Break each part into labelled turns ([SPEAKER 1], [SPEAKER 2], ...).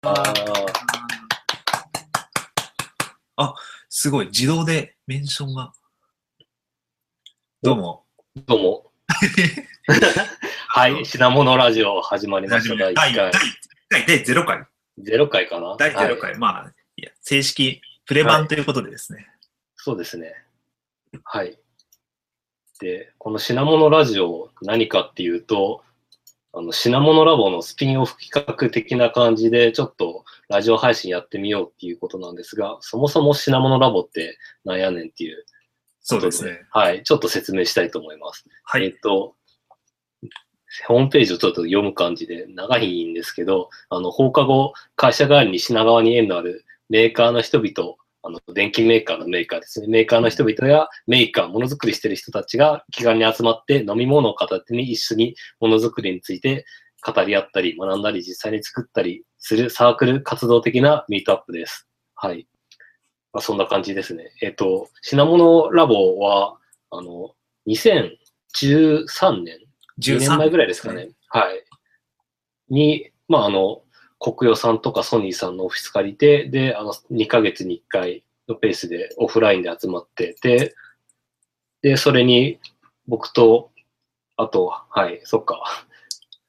[SPEAKER 1] あーすごい、自動でメンションが。どうも。
[SPEAKER 2] どう も。はい、品物ラジオ始まりま
[SPEAKER 1] 大
[SPEAKER 2] し
[SPEAKER 1] 丈
[SPEAKER 2] た。第
[SPEAKER 1] 夫
[SPEAKER 2] 1
[SPEAKER 1] 第1
[SPEAKER 2] 回。
[SPEAKER 1] 回、第0回。
[SPEAKER 2] 0回かな
[SPEAKER 1] 第
[SPEAKER 2] はい
[SPEAKER 1] 0回。まあ、いや、正式プレ版ということでですね。
[SPEAKER 2] そうですね。はい。で、この品物ラジオ、何かっていうと、あの、品物ラボのスピンオフ企画的な感じで、ちょっとラジオ配信やってみようっていうことなんですが、そもそも品物ラボってなんやねんっていう
[SPEAKER 1] そうですね。
[SPEAKER 2] はい、ちょっと説明したいと思います。
[SPEAKER 1] は
[SPEAKER 2] えっ
[SPEAKER 1] い。
[SPEAKER 2] と、ホームページをちょっと読む感じで長いんですけど、あの、放課後、会社帰りに品川に縁のあるメーカーの人々、あの、電気メーカーのメーカーですね。メーカーの人々やメーカー、ものづくりしてる人たちが気軽に集まって飲み物を片手に一緒にものづくりについて語り合ったり、学んだり、実際に作ったりするサークル活動的なミートアップです。はい。まあ、そんな感じですね。えっと、品物ラボは、あの、2013年2年前ぐらいですかね。。はい。に、まあ、あの、国与さんとかソニーさんのオフィス借りて、で、あの、2ヶ月に1回のペースでオフラインで集まって、で、で、それに僕と、あと、はい、そっか。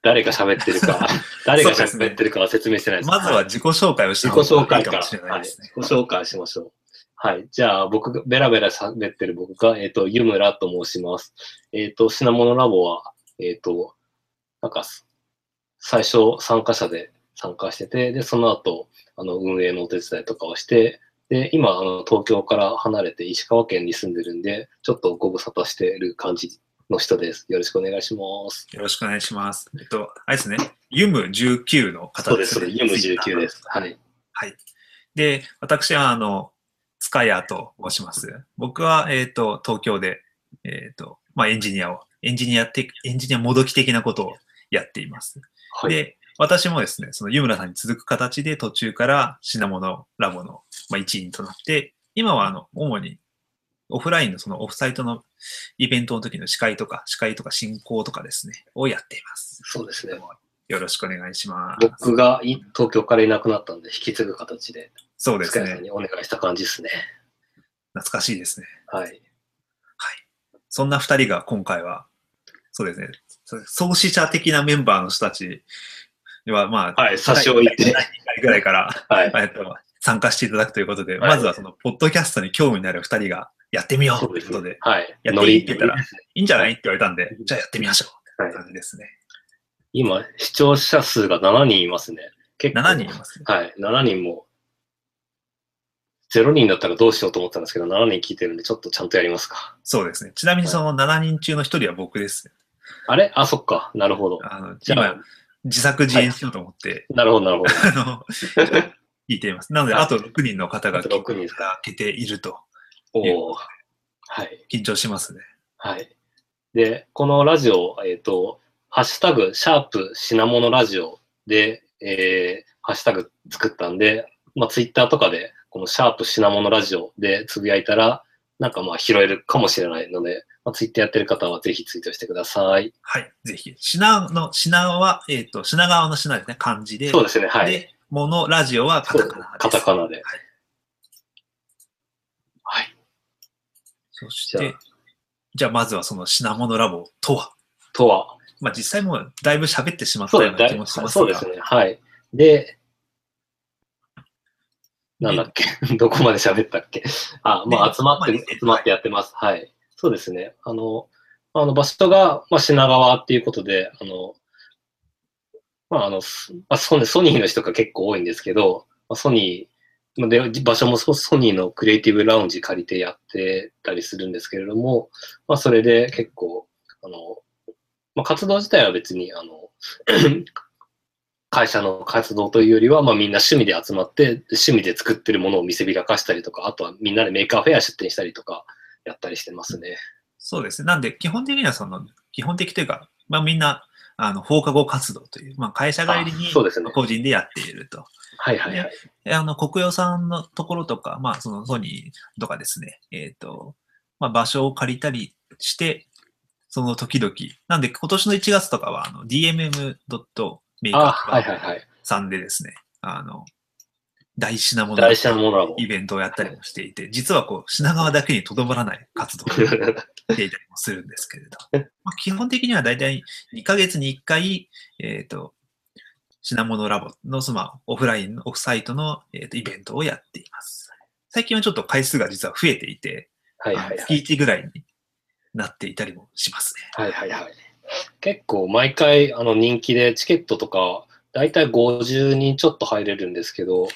[SPEAKER 2] 誰が喋ってるか、 誰が喋ってるかは説明してないです。
[SPEAKER 1] まずは自己紹介をして
[SPEAKER 2] 自己紹介
[SPEAKER 1] か
[SPEAKER 2] か
[SPEAKER 1] も
[SPEAKER 2] ら。
[SPEAKER 1] しれないですね。
[SPEAKER 2] はい。自己紹介しましょう。はい。じゃあ、僕が、ベラベラ喋ってる僕が、えっ、と、ユムラと申します。えっ、と、品物ラボは、えっ、と、なんか、最初参加者で参加してて、で、その後、あの、運営のお手伝いとかをして、で、今、あの、東京から離れて石川県に住んでるんで、ちょっとご無沙汰してる感じの人です。よろしくお願いします。
[SPEAKER 1] よろしくお願いします。えっと、あれですね。ユム19の方
[SPEAKER 2] そう
[SPEAKER 1] で、
[SPEAKER 2] ですす、
[SPEAKER 1] ね。
[SPEAKER 2] そうです。ユム19です。はい。
[SPEAKER 1] はい。で、私は、あの、塚谷と申します。僕は、えっ、と、東京で、えっ、と、まあ、エンジニアを、エンジニアって、エンジニアもどき的なことをやっています。
[SPEAKER 2] はい。
[SPEAKER 1] で、私もですね、その、湯村さんに続く形で途中から品物ラボの、まあ、一員となって、今は、あの、主に、オフラインのそのオフサイトのイベントの時の司会とか、司会とか進行とかですね、をやっています。
[SPEAKER 2] そうですね。
[SPEAKER 1] よろしくお願いします。
[SPEAKER 2] 僕がい東京からいなくなったんで、引き継ぐ形で、
[SPEAKER 1] そうです
[SPEAKER 2] 塚谷
[SPEAKER 1] ね
[SPEAKER 2] さん。にお願いした感じですね。
[SPEAKER 1] 懐かしいですね。
[SPEAKER 2] はい。
[SPEAKER 1] そんな二人が今回は、そうですね、そ創始者的なメンバーの人たちは、まあ、
[SPEAKER 2] はい、差し置いて。
[SPEAKER 1] 第2回ぐらいから、
[SPEAKER 2] はい。
[SPEAKER 1] えっと、参加していただくということで、
[SPEAKER 2] はい
[SPEAKER 1] まずはその、ポッドキャストに興味のある二人が、やってみよう
[SPEAKER 2] そう
[SPEAKER 1] とい
[SPEAKER 2] で
[SPEAKER 1] う
[SPEAKER 2] す
[SPEAKER 1] こと
[SPEAKER 2] ね
[SPEAKER 1] で、。
[SPEAKER 2] はい。
[SPEAKER 1] やっていけたらいいんじゃないって言われたんで、じゃあやってみましょうって感じですね。
[SPEAKER 2] 今、視聴者数が7人いますね。結構
[SPEAKER 1] 7人いますね。
[SPEAKER 2] はい、7人も。0人だったらどうしようと思ったんですけど、7人聞いてるんで、ちょっとちゃんとやりますか。
[SPEAKER 1] そうですね。ちなみにその7人中の一人は僕です。
[SPEAKER 2] あれあ、そっか。なるほど。
[SPEAKER 1] あの
[SPEAKER 2] じゃあ
[SPEAKER 1] 今、、自作自演しようと思って、
[SPEAKER 2] なるほど、なるほど。
[SPEAKER 1] あ の、聞いています。なので、
[SPEAKER 2] はい
[SPEAKER 1] あと6人の方が
[SPEAKER 2] あと六人ですか
[SPEAKER 1] 開けて いると、
[SPEAKER 2] おお。はい。
[SPEAKER 1] 緊張しますね。
[SPEAKER 2] はい。で、このラジオ、えっ、と、ハッシュタグ、シャープ、品物ラジオで、えーハッシュタグ作ったんで、まあ、ツイッターとかで、このシャープ、品物ラジオでつぶやいたら、なんかまあ拾えるかもしれないので、まあ、ツイッターやってる方はぜひツイートしてください。
[SPEAKER 1] はい、ぜひ。品の、品は、えっ、と、品川の品ですね、漢字で。
[SPEAKER 2] そうですね、はい。
[SPEAKER 1] で、もの、ラジオはカタカナです。
[SPEAKER 2] カタカナで。はい。
[SPEAKER 1] そし
[SPEAKER 2] じゃ
[SPEAKER 1] て
[SPEAKER 2] あ、
[SPEAKER 1] じゃあまずはその品物ラボとは。
[SPEAKER 2] とは、
[SPEAKER 1] まあ実際もうだいぶ喋ってしまった
[SPEAKER 2] そう
[SPEAKER 1] よ
[SPEAKER 2] で
[SPEAKER 1] う
[SPEAKER 2] すだ
[SPEAKER 1] な気
[SPEAKER 2] い
[SPEAKER 1] もしますが。
[SPEAKER 2] そうですね。はい。で、なんだっけ どこまで喋ったっけあ、ま
[SPEAKER 1] ね
[SPEAKER 2] あ、集まって、
[SPEAKER 1] まあ
[SPEAKER 2] 集まってやってます。はい。そうですね。あの、あの場所が、まあ、品川っていうことで、あの、まあ、あの、すまあ、ソニーソニーの人が結構多いんですけど、まあ、ソニー、まあで場所もソソニーのクリエイティブラウンジ借りてやってたりするんですけれども、まあ、それで結構、あの、まあ、活動自体は別に、あの、会社の活動というよりは、まあ、みんな趣味で集まって、趣味で作ってるものを見せびらかしたりとか、あとはみんなでメーカーフェア出展したりとか、やったりしてますね。
[SPEAKER 1] そうですね。なんで、基本的にはその、基本的というか、まあみんな、あの、放課後活動という、まあ会社帰りに
[SPEAKER 2] あそうですね
[SPEAKER 1] 個人でやっていると。
[SPEAKER 2] はいはいはい。
[SPEAKER 1] であの、国用さんのところとか、まあ、そのソニーとかですね、えっ、と、まあ、場所を借りたりして、その時々。なんで、今年の1月とかは、あの、dmm.maker
[SPEAKER 2] あ、はいはいはい。
[SPEAKER 1] さんでですね、あの、大品物
[SPEAKER 2] 大事なものはも
[SPEAKER 1] イベントをやったりもしていて、実はこう、品川だけにとどまらない活動をしていたり
[SPEAKER 2] う。
[SPEAKER 1] もするんですけれど、 まあ、基本的にはだいたい2ヶ月に1回、えっ、と、品物ラボの、そのまあオフライン、オフサイトの、えーとイベントをやっています。最近はちょっと回数が実は増えていて、
[SPEAKER 2] はいはいはい。
[SPEAKER 1] 月1ぐらいになっていたりもしますね。
[SPEAKER 2] はいはいはい。結構毎回あの人気でチケットとかだいたい50人ちょっと入れるんですけど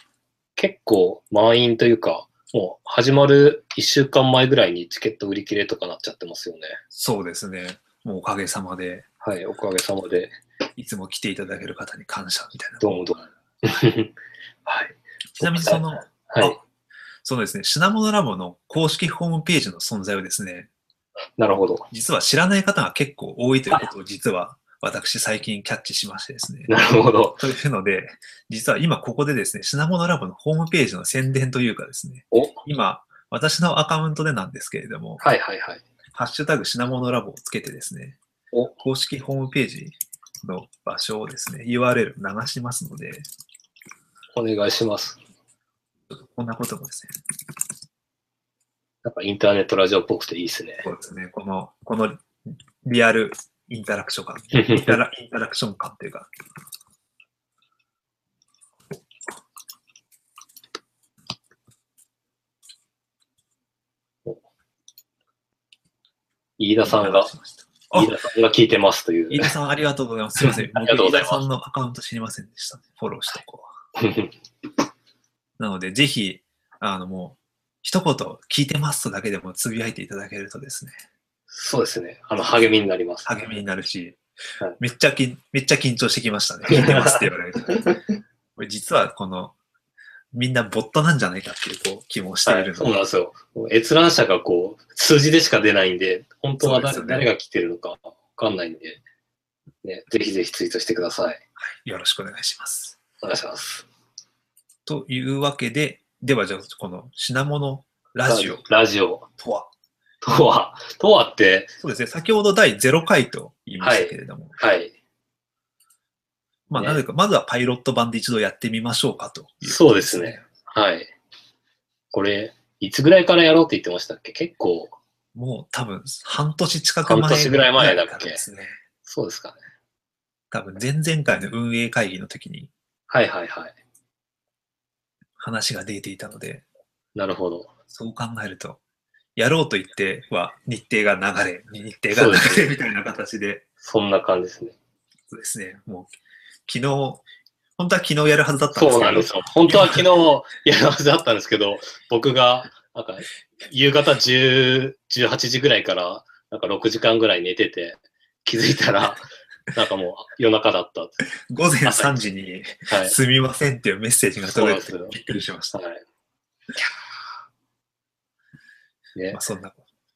[SPEAKER 2] 結構満員というかもう始まる1週間前ぐらいにチケット売り切れとかなっちゃってますよね。
[SPEAKER 1] そうですね。もうおかげさまで、
[SPEAKER 2] はい、おかげさまで。
[SPEAKER 1] いつも来ていただける方に感謝みたいな。
[SPEAKER 2] どうも どうも。はい。
[SPEAKER 1] ちなみにその、
[SPEAKER 2] はい
[SPEAKER 1] あ。そうですね、品物ラボの公式ホームページの存在をですね、
[SPEAKER 2] なるほど。
[SPEAKER 1] 実は知らない方が結構多いということを実は私最近キャッチしましてですね。
[SPEAKER 2] なるほど。
[SPEAKER 1] というので、実は今ここでですね、品物ラボのホームページの宣伝というかですね
[SPEAKER 2] お、
[SPEAKER 1] 今、私のアカウントでなんですけれども、
[SPEAKER 2] はいはいはい。
[SPEAKER 1] ハッシュタグ品物ラボをつけてですね
[SPEAKER 2] お、
[SPEAKER 1] 公式ホームページの場所をですね、URL 流しますので、
[SPEAKER 2] お願いします。
[SPEAKER 1] こんなこともですね、
[SPEAKER 2] なんかインターネットラジオっぽくていいです ね。
[SPEAKER 1] そうですね。この、このリアルインタラクション感、インタラインタラクション感というか、
[SPEAKER 2] 飯田さんが、
[SPEAKER 1] あ
[SPEAKER 2] 飯田さんが聞いてますという。
[SPEAKER 1] 飯田さんありがとうございます。すいません。
[SPEAKER 2] ありがとうございます
[SPEAKER 1] 僕飯田さんのアカウント知りませんでした、フォローしておこう。なので、ぜひ、あの、もう、一言、聞いてますとだけでもつぶやいていただけるとですね、
[SPEAKER 2] そうですね。あの、励みになります。
[SPEAKER 1] 励みになるし
[SPEAKER 2] はい、
[SPEAKER 1] めっちゃきん、めっちゃ緊張してきましたね。聞いてますって言われ ると。これ実は、この、みんなボットなんじゃないかっていうこう気もしてい
[SPEAKER 2] はい、
[SPEAKER 1] るの
[SPEAKER 2] そう
[SPEAKER 1] で
[SPEAKER 2] なんですよ。閲覧者がこう、数字でしか出ないんで、本当は誰,、
[SPEAKER 1] そうですよ
[SPEAKER 2] 誰
[SPEAKER 1] ね
[SPEAKER 2] が来てるのかわかんないんで、ね、ぜひぜひツイートしてください。
[SPEAKER 1] よろしくお願いします。
[SPEAKER 2] お願いします。
[SPEAKER 1] というわけで、ではじゃあ、この品物ラジオ
[SPEAKER 2] ラジオ。
[SPEAKER 1] とは、
[SPEAKER 2] とは、とはって、
[SPEAKER 1] そうですね、先ほど第0回と言いましたけれども、
[SPEAKER 2] はい。
[SPEAKER 1] まあ、
[SPEAKER 2] ね
[SPEAKER 1] なぜか、まずはパイロット版で一度やってみましょうかという
[SPEAKER 2] そうですね。はい。これ、いつぐらいからやろうって言ってましたっけ結構、
[SPEAKER 1] もう多分、半年近く前
[SPEAKER 2] 半年ぐらい前だっけ
[SPEAKER 1] からですね。
[SPEAKER 2] そうですかね。
[SPEAKER 1] 多分、前々回の運営会議の時に
[SPEAKER 2] はいはいはい。
[SPEAKER 1] 話が出ていたので、
[SPEAKER 2] なるほど。
[SPEAKER 1] そう考えると、やろうと言っては、日程が流れ、日程
[SPEAKER 2] そう
[SPEAKER 1] が
[SPEAKER 2] です
[SPEAKER 1] 流
[SPEAKER 2] ね
[SPEAKER 1] れみたいな形で、
[SPEAKER 2] そんな感じですね。
[SPEAKER 1] そうですね、もう、昨日、本当は昨日やるはずだったん
[SPEAKER 2] そう
[SPEAKER 1] ですけど、
[SPEAKER 2] なんですよ。本当は昨日やるはずだったんですけど、僕が、なんか、夕方10 18時ぐらいから、なんか6時間ぐらい寝てて、気づいたら、なんかもう夜中だった。は
[SPEAKER 1] 午前3時に、
[SPEAKER 2] い。
[SPEAKER 1] すみませんっていうメッセージが届いて
[SPEAKER 2] そうなんですよ
[SPEAKER 1] びっくりしました。
[SPEAKER 2] はい。ね
[SPEAKER 1] まあ、、そんな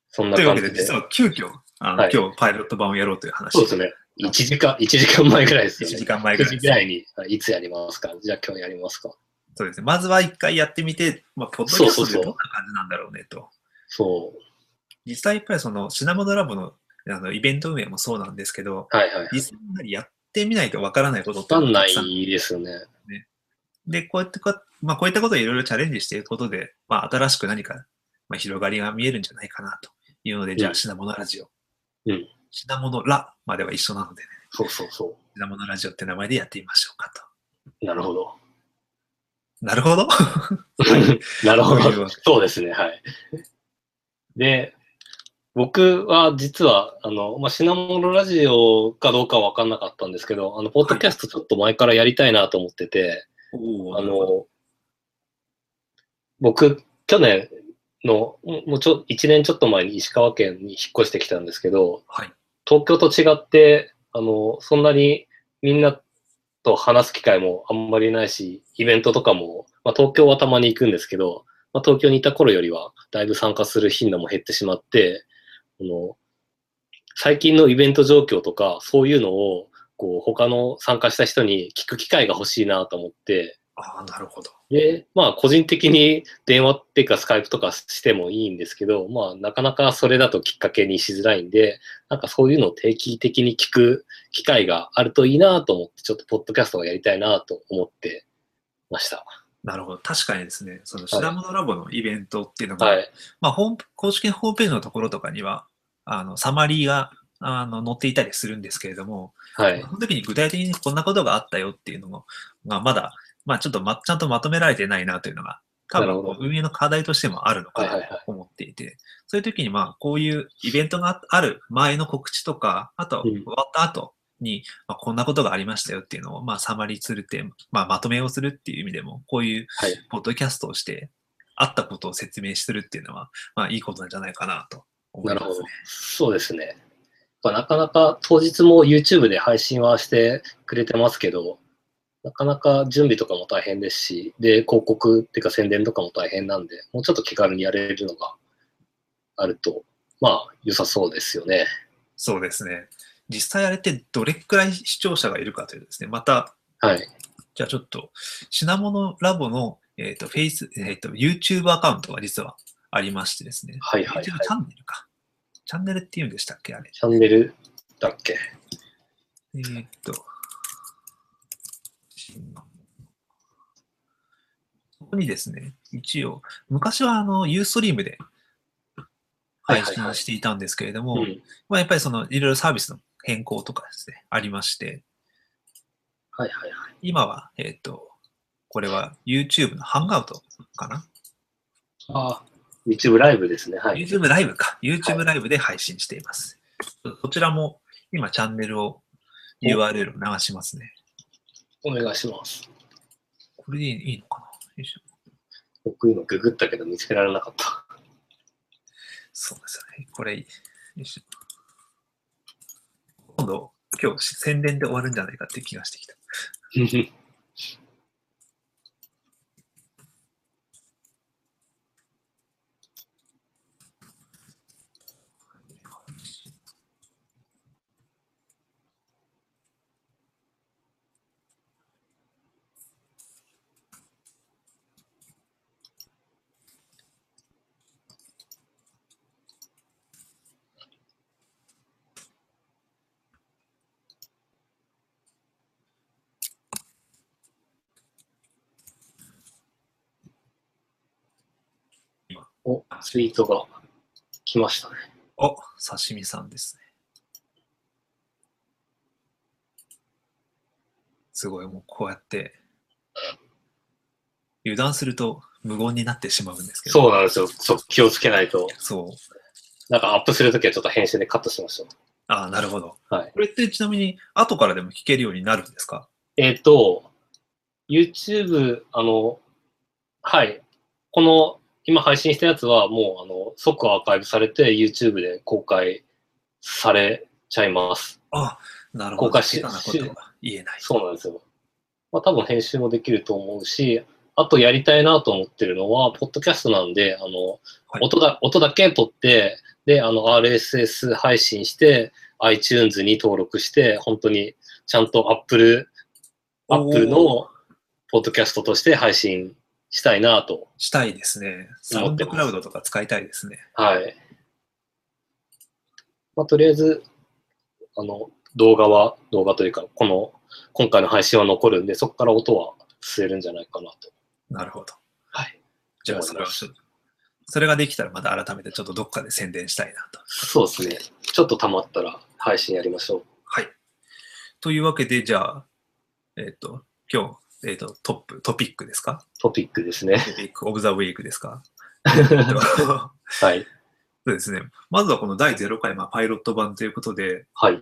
[SPEAKER 2] そんな
[SPEAKER 1] というわ
[SPEAKER 2] 感
[SPEAKER 1] け
[SPEAKER 2] じ
[SPEAKER 1] で、
[SPEAKER 2] で。
[SPEAKER 1] 実
[SPEAKER 2] そう
[SPEAKER 1] は急遽、あの、
[SPEAKER 2] はい
[SPEAKER 1] 今日パイロット版をやろうという話。
[SPEAKER 2] ですね。1時間、一時間前ぐらいです
[SPEAKER 1] 1
[SPEAKER 2] よね
[SPEAKER 1] 時。間前ぐ
[SPEAKER 2] 9
[SPEAKER 1] らい
[SPEAKER 2] 時
[SPEAKER 1] です
[SPEAKER 2] ぐらいに、あいつやりますかじゃあ今日やりますか。
[SPEAKER 1] そうですね。まずは一回やってみて、まあ、ポッドキャス
[SPEAKER 2] そうそう
[SPEAKER 1] トで
[SPEAKER 2] そう
[SPEAKER 1] どんな感じなんだろうねと。
[SPEAKER 2] そう。
[SPEAKER 1] 実際、やっぱりその、シナモノラボのあのイベント運営もそうなんですけど、
[SPEAKER 2] はいはい。
[SPEAKER 1] 実際にやはりやってみないとわからないことっ
[SPEAKER 2] わ
[SPEAKER 1] て
[SPEAKER 2] かんな
[SPEAKER 1] たくさん
[SPEAKER 2] いですよね。
[SPEAKER 1] で、こうやってこう、まあ、こういったことをいろいろチャレンジしていくことで、まあ、新しく何か、まあ、広がりが見えるんじゃないかなというので、じゃ
[SPEAKER 2] う
[SPEAKER 1] あ、
[SPEAKER 2] ん
[SPEAKER 1] 品物ラジオ。
[SPEAKER 2] うん。
[SPEAKER 1] 品物ラまでは一緒なので、
[SPEAKER 2] そうそうそ
[SPEAKER 1] 品物ラジオって名前でやってみましょうかと。
[SPEAKER 2] う。なるほど。
[SPEAKER 1] なるほど。
[SPEAKER 2] なるほ
[SPEAKER 1] という
[SPEAKER 2] ど
[SPEAKER 1] わけ。
[SPEAKER 2] そうですね、はい。で、僕は実は、あの、まあ、品物ラジオかどうかは分かんなかったんですけど、あの、ポッドキャストちょっと前からやりたいなと思ってて、
[SPEAKER 1] お
[SPEAKER 2] あ、の、僕、去年の、もうもうちょ、1年ちょっと前に石川県に引っ越してきたんですけど、
[SPEAKER 1] はい。
[SPEAKER 2] 東京と違って、あの、そんなにみんなと話す機会もあんまりないし、イベントとかも、まあ、東京はたまに行くんですけど、まあ、東京にいた頃よりはだいぶ参加する頻度も減ってしまって、あの最近のイベント状況とか、そういうのを、こう、他の参加した人に聞く機会が欲しいなと思って、
[SPEAKER 1] ああ、なるほど。
[SPEAKER 2] で、まあ、個人的に電話っていうか、スカイプとかしてもいいんですけど、まあ、なかなかそれだときっかけにしづらいんで、なんかそういうのを定期的に聞く機会があるといいなと思って、ちょっとポッドキャストをやりたいなと思ってました。
[SPEAKER 1] なるほど。確かにですね、その品物ラボのイベントっていうのが、
[SPEAKER 2] はい。
[SPEAKER 1] まあ、ホーム公式ホームページのところとかには、あの、サマリーが、あの、載っていたりするんですけれども、
[SPEAKER 2] はい
[SPEAKER 1] そ。の時に具体的にこんなことがあったよっていうのも、まあ、まだ、まあ、ちょっとま、ちゃんとまとめられてないなというのが、多
[SPEAKER 2] なるほ
[SPEAKER 1] 分、運営の課題としてもあるのか
[SPEAKER 2] はいは
[SPEAKER 1] ない
[SPEAKER 2] はい
[SPEAKER 1] と思っていて、そういう時に、まあ、こういうイベントがあある前の告知とか、あと、
[SPEAKER 2] うん
[SPEAKER 1] 終わった後に、まあ、こんなことがありましたよっていうのを、まあ、サマリーするって、まあ、まとめをするっていう意味でも、こういう
[SPEAKER 2] はい、
[SPEAKER 1] ポッドキャストをして、あったことを説明するっていうのは、まあ、いいことなんじゃないかなと思
[SPEAKER 2] ない
[SPEAKER 1] ま
[SPEAKER 2] る
[SPEAKER 1] す、ね。
[SPEAKER 2] ほど。そうですね。まあなかなか当日も YouTube で配信はしてくれてますけど、なかなか準備とかも大変ですし、で、広告っていうか宣伝とかも大変なんで、もうちょっと気軽にやれるのがあると、まあ、良さそうですよね。
[SPEAKER 1] そうですね。実際あれってどれくらい視聴者がいるかというとですね、また、
[SPEAKER 2] はい。
[SPEAKER 1] じゃあちょっと、品物ラボの、えっ、と、フェイス、えっ、と、YouTube アカウントが実はありましてですね。
[SPEAKER 2] はいはいはい
[SPEAKER 1] YouTube チャンネルか。チャンネルっていうんでしたっけあれ。
[SPEAKER 2] チャンネルだっけ
[SPEAKER 1] えーっと、そこにですね、一応、昔はあの、ユーストリームで
[SPEAKER 2] はいは
[SPEAKER 1] 配
[SPEAKER 2] いはい
[SPEAKER 1] 信していたんですけれども、
[SPEAKER 2] うん。
[SPEAKER 1] まあ、やっぱりその、いろいろサービスの変更とかですね、ありまして、
[SPEAKER 2] はいはいはい。
[SPEAKER 1] 今は、えーっと、これは YouTube のハンガウトかな、
[SPEAKER 2] ああ、YouTube ライブですね。はい。
[SPEAKER 1] ?YouTube ライブか。YouTube ライブで配信しています。こちらも、今チャンネルを、URL を流しますね。
[SPEAKER 2] お願いします。
[SPEAKER 1] これでいいのかなよいしょ
[SPEAKER 2] 僕今ググったけど見つけられなか った。
[SPEAKER 1] そうですよね。これ、よいしょ今度、今日宣伝で終わるんじゃないかっていう気がしてきた。
[SPEAKER 2] お、ツイートが来ましたね。
[SPEAKER 1] お、刺身さんですね。すごい、もうこうやって、油断すると無言になってしまうんですけど。
[SPEAKER 2] そうなんですよ。そう、気をつけないと。
[SPEAKER 1] そう。
[SPEAKER 2] なんかアップするときはちょっと編集でカットしましょう。
[SPEAKER 1] ああ、なるほど。
[SPEAKER 2] はい
[SPEAKER 1] これってちなみに、後からでも聞けるようになるんですか
[SPEAKER 2] えっ、と、YouTube、あの、はい。この、今配信したやつはもう、あの、即アーカイブされて YouTube で公開されちゃいます。
[SPEAKER 1] ああ、なるほ
[SPEAKER 2] 公
[SPEAKER 1] ど。
[SPEAKER 2] 開し
[SPEAKER 1] 下手なことが言えない。
[SPEAKER 2] そうなんですよ。まあ多分編集もできると思うし、あとやりたいなと思ってるのは、ポッドキャストなんで、あの、
[SPEAKER 1] はい
[SPEAKER 2] 音だ、音だけ取って、で、あの、RSS 配信して、iTunes に登録して、本当にちゃんと Apple、Apple
[SPEAKER 1] お
[SPEAKER 2] のポッドキャストとして配信したいなと。
[SPEAKER 1] したいですね。サウンドクラウドとか使いたいですね。
[SPEAKER 2] はい。まあ、とりあえず、あの、動画は、動画というか、この、今回の配信は残るんで、そこから音は吸えるんじゃないかなと。
[SPEAKER 1] なるほど。
[SPEAKER 2] はい。
[SPEAKER 1] じゃあ、
[SPEAKER 2] 思い
[SPEAKER 1] それは
[SPEAKER 2] ます
[SPEAKER 1] ちょっとそれができたらまた改めてちょっとどっかで宣伝したいなと。
[SPEAKER 2] そうですね。ちょっと溜まったら配信やりましょう。
[SPEAKER 1] はい。というわけで、じゃあ、えっ、と、今日、えっ、と、トップ、トピックですか
[SPEAKER 2] トピックです ね。
[SPEAKER 1] トピック、オブザウィークです かえっと
[SPEAKER 2] は
[SPEAKER 1] そ
[SPEAKER 2] い。
[SPEAKER 1] うですね。まずはこの第0回、まあ、パイロット版ということで、
[SPEAKER 2] はい。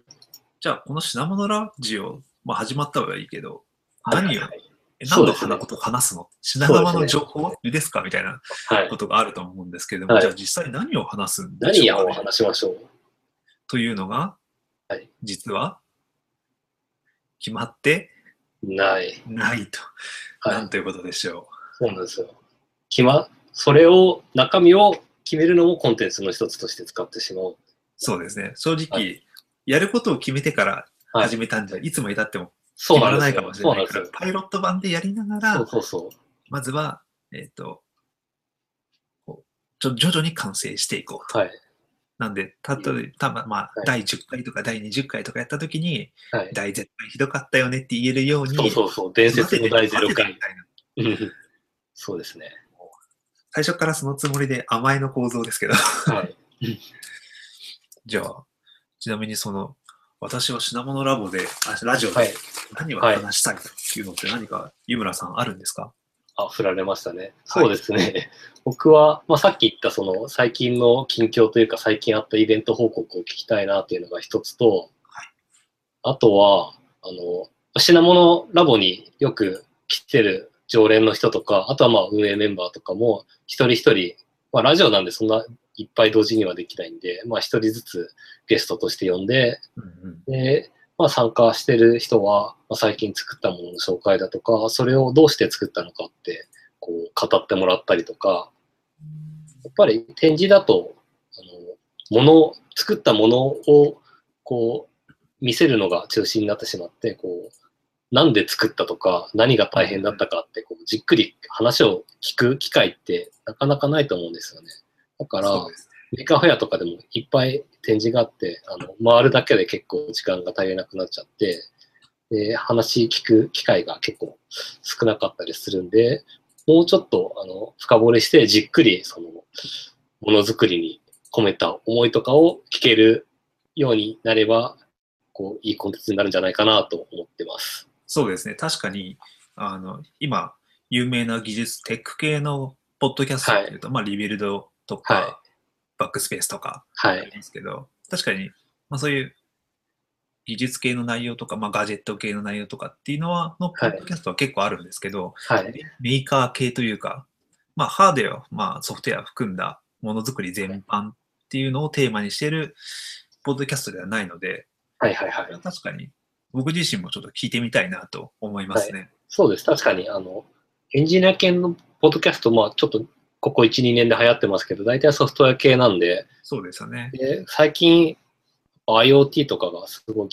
[SPEAKER 1] じゃあ、この品物ラジオ、まあ、始まったはいいけど、何を、
[SPEAKER 2] はいはい
[SPEAKER 1] え
[SPEAKER 2] そ
[SPEAKER 1] 何
[SPEAKER 2] う
[SPEAKER 1] の
[SPEAKER 2] ですね
[SPEAKER 1] 花こと話すの品
[SPEAKER 2] そうですね
[SPEAKER 1] 川の情報ですかみたいな
[SPEAKER 2] はい。
[SPEAKER 1] ことがあると思うんですけれども、
[SPEAKER 2] はい
[SPEAKER 1] じゃあ実際何を話すんで
[SPEAKER 2] 何
[SPEAKER 1] し
[SPEAKER 2] や
[SPEAKER 1] ょう
[SPEAKER 2] を
[SPEAKER 1] か、ね、
[SPEAKER 2] 話しましょう。
[SPEAKER 1] というのが、
[SPEAKER 2] はい
[SPEAKER 1] 実は決まって
[SPEAKER 2] ない。
[SPEAKER 1] ないと、
[SPEAKER 2] は
[SPEAKER 1] なん
[SPEAKER 2] い。
[SPEAKER 1] ということでしょ
[SPEAKER 2] そうなんですよ。決ま、それを、中身を決めるのもコンテンツの一つとして使ってしまう。
[SPEAKER 1] う。そうですね。正直、
[SPEAKER 2] は
[SPEAKER 1] やることを決めてから
[SPEAKER 2] はい
[SPEAKER 1] 始めたんじゃ、い、つまでたっても
[SPEAKER 2] そ
[SPEAKER 1] 決
[SPEAKER 2] う
[SPEAKER 1] ま
[SPEAKER 2] なん
[SPEAKER 1] ら
[SPEAKER 2] で
[SPEAKER 1] な
[SPEAKER 2] す
[SPEAKER 1] い
[SPEAKER 2] よ
[SPEAKER 1] か
[SPEAKER 2] そうな
[SPEAKER 1] もしれなん
[SPEAKER 2] で
[SPEAKER 1] いか
[SPEAKER 2] す
[SPEAKER 1] ら、
[SPEAKER 2] よ。
[SPEAKER 1] パイロット版でやりなが
[SPEAKER 2] そ
[SPEAKER 1] ら
[SPEAKER 2] う、そうそう。
[SPEAKER 1] まずは、えっ、と、こうちょ徐々に完成していこうと。
[SPEAKER 2] はい。
[SPEAKER 1] なんで、たとえたま、まあ、
[SPEAKER 2] はい
[SPEAKER 1] 第10回とか第20回とかやったときに、
[SPEAKER 2] はい。
[SPEAKER 1] 大絶対ひどかったよねって言えるように、
[SPEAKER 2] そうそうそう。伝説の第0
[SPEAKER 1] み
[SPEAKER 2] 回。
[SPEAKER 1] たいな
[SPEAKER 2] うんそうですね。
[SPEAKER 1] 最初からそのつもりで甘えの構造ですけど。
[SPEAKER 2] はい。
[SPEAKER 1] じゃあ、ちなみにその、私は品物ラボで、あラジオ
[SPEAKER 2] はい
[SPEAKER 1] で。何を話したいというのって何か、湯村さんあるんですか
[SPEAKER 2] あ、振られましたね。そうですね。 僕は、まあ、さっき言ったその最近の近況というか最近あったイベント報告を聞きたいなというのが一つと、
[SPEAKER 1] はい
[SPEAKER 2] あとは、あの、品物ラボによく来てる常連の人とか、あとはまあ運営メンバーとかも一人一人、まあラジオなんでそんないっぱい同時にはできないんで、まあ一人ずつゲストとして呼んで、
[SPEAKER 1] うん
[SPEAKER 2] で、まあ、参加してる人は、まあ、最近作ったものの紹介だとか、それをどうして作ったのかって、こう、語ってもらったりとか、やっぱり展示だと、あの、ものを、作ったものを、こう、見せるのが中心になってしまって、こう、なんで作ったとか、何が大変だったかって、こう、じっくり話を聞く機会って、なかなかないと思うんですよね。だから、
[SPEAKER 1] そうです
[SPEAKER 2] メーカーフェアとかでもいっぱい展示があって、あの回るだけで結構時間が足りなくなっちゃって、で話聞く機会が結構少なかったりするんで、もうちょっとあの深掘りしてじっくりそのものづくりに込めた思いとかを聞けるようになれば、こういいコンテンツになるんじゃないかなと思ってます。
[SPEAKER 1] そうですね。確かに、あの、今、有名な技術、テック系のポッドキャストっていうと、まあ、リビルドとか、
[SPEAKER 2] はい
[SPEAKER 1] バックスペースとか、
[SPEAKER 2] は
[SPEAKER 1] あり
[SPEAKER 2] い。
[SPEAKER 1] ますけど、確かに、まあ、そういう技術系の内容とか、まあ、ガジェット系の内容とかっていうのは、のポ
[SPEAKER 2] はい
[SPEAKER 1] ッドキャストは結構あるんですけど、
[SPEAKER 2] はい。
[SPEAKER 1] メーカー系というか、まあ、ハードウェア、まあ、ソフトウェアを含んだものづくり全般っていうのをテーマにしているポッドキャストではないので、
[SPEAKER 2] はいはいはい。
[SPEAKER 1] 確かに僕自身もちょっと聞いてみたいなと思いますね。
[SPEAKER 2] そうです。確かに、あの、エンジニア系のポッドキャスト、まあ、ちょっと、ここ1、2年で流行ってますけど、大体ソフトウェア系なんで、
[SPEAKER 1] そうですよね。
[SPEAKER 2] で最近、IoT とかがすごい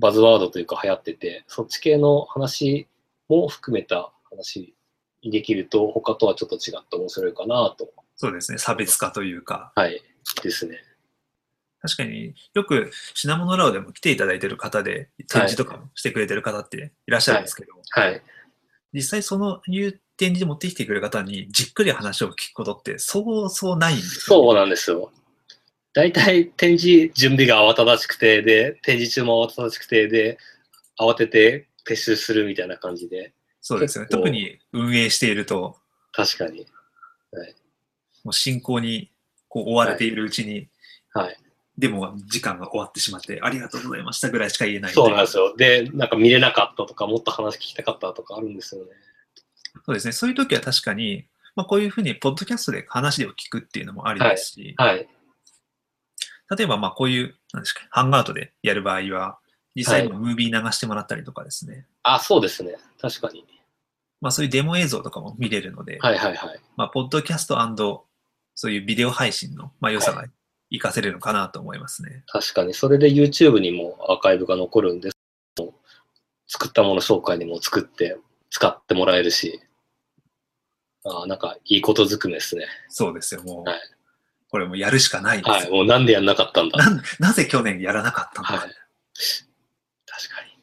[SPEAKER 2] バズワードというか流行ってて、そっち系の話も含めた話にできると、他とはちょっと違って面白いかなと。
[SPEAKER 1] そうですね。差別化というか、
[SPEAKER 2] はい。ですね。
[SPEAKER 1] 確かによく品物ラオでも来ていただいている方で、展示とかもしてくれてる方っていらっしゃるんですけど、
[SPEAKER 2] はい。
[SPEAKER 1] 実際そのいう展示で持ってきてくれる方にじっくり話を聞くことってそうそうないんですよね、
[SPEAKER 2] そうなんですよ。大体展示準備が慌ただしくて、で、展示中も慌ただしくて、で、慌てて撤収するみたいな感じで、
[SPEAKER 1] そうですよね。
[SPEAKER 2] 結構
[SPEAKER 1] 特に運営していると、
[SPEAKER 2] 確かに。
[SPEAKER 1] もう進行にこう追われているうちに、
[SPEAKER 2] はい。
[SPEAKER 1] でも時間が終わってしまって、ありがとうございましたぐらいしか言えない
[SPEAKER 2] そうなんです
[SPEAKER 1] よ。
[SPEAKER 2] よ。で、なんか見れなかったとか、もっと話聞きたかったとかあるんですよね。
[SPEAKER 1] そうですね。そういう時は確かに、まあ、こういうふうに、ポッドキャストで話を聞くっていうのもありですし、
[SPEAKER 2] はい。
[SPEAKER 1] 例えば、まあ、こういう、なんですか、ハンガートでやる場合は、実際にムービー流してもらったりとかですね、
[SPEAKER 2] あ、そうですね。確かに。
[SPEAKER 1] まあ、そういうデモ映像とかも見れるので、
[SPEAKER 2] はいはいはい。
[SPEAKER 1] まあ、ポッドキャストそういうビデオ配信の、まあ、良さが活かせるのかなと思いますね。
[SPEAKER 2] 確かに。それで YouTube にもアーカイブが残るんで、作ったもの紹介にも作って、使ってもらえるし、あーなんかいいことずくめですね。
[SPEAKER 1] そうですよ、もう。
[SPEAKER 2] はい
[SPEAKER 1] これもうやるしかないんですよ、
[SPEAKER 2] はい、もうなんでやんなかったんだ。はい。
[SPEAKER 1] なんなぜ去年やらなかったのか。
[SPEAKER 2] 確かに。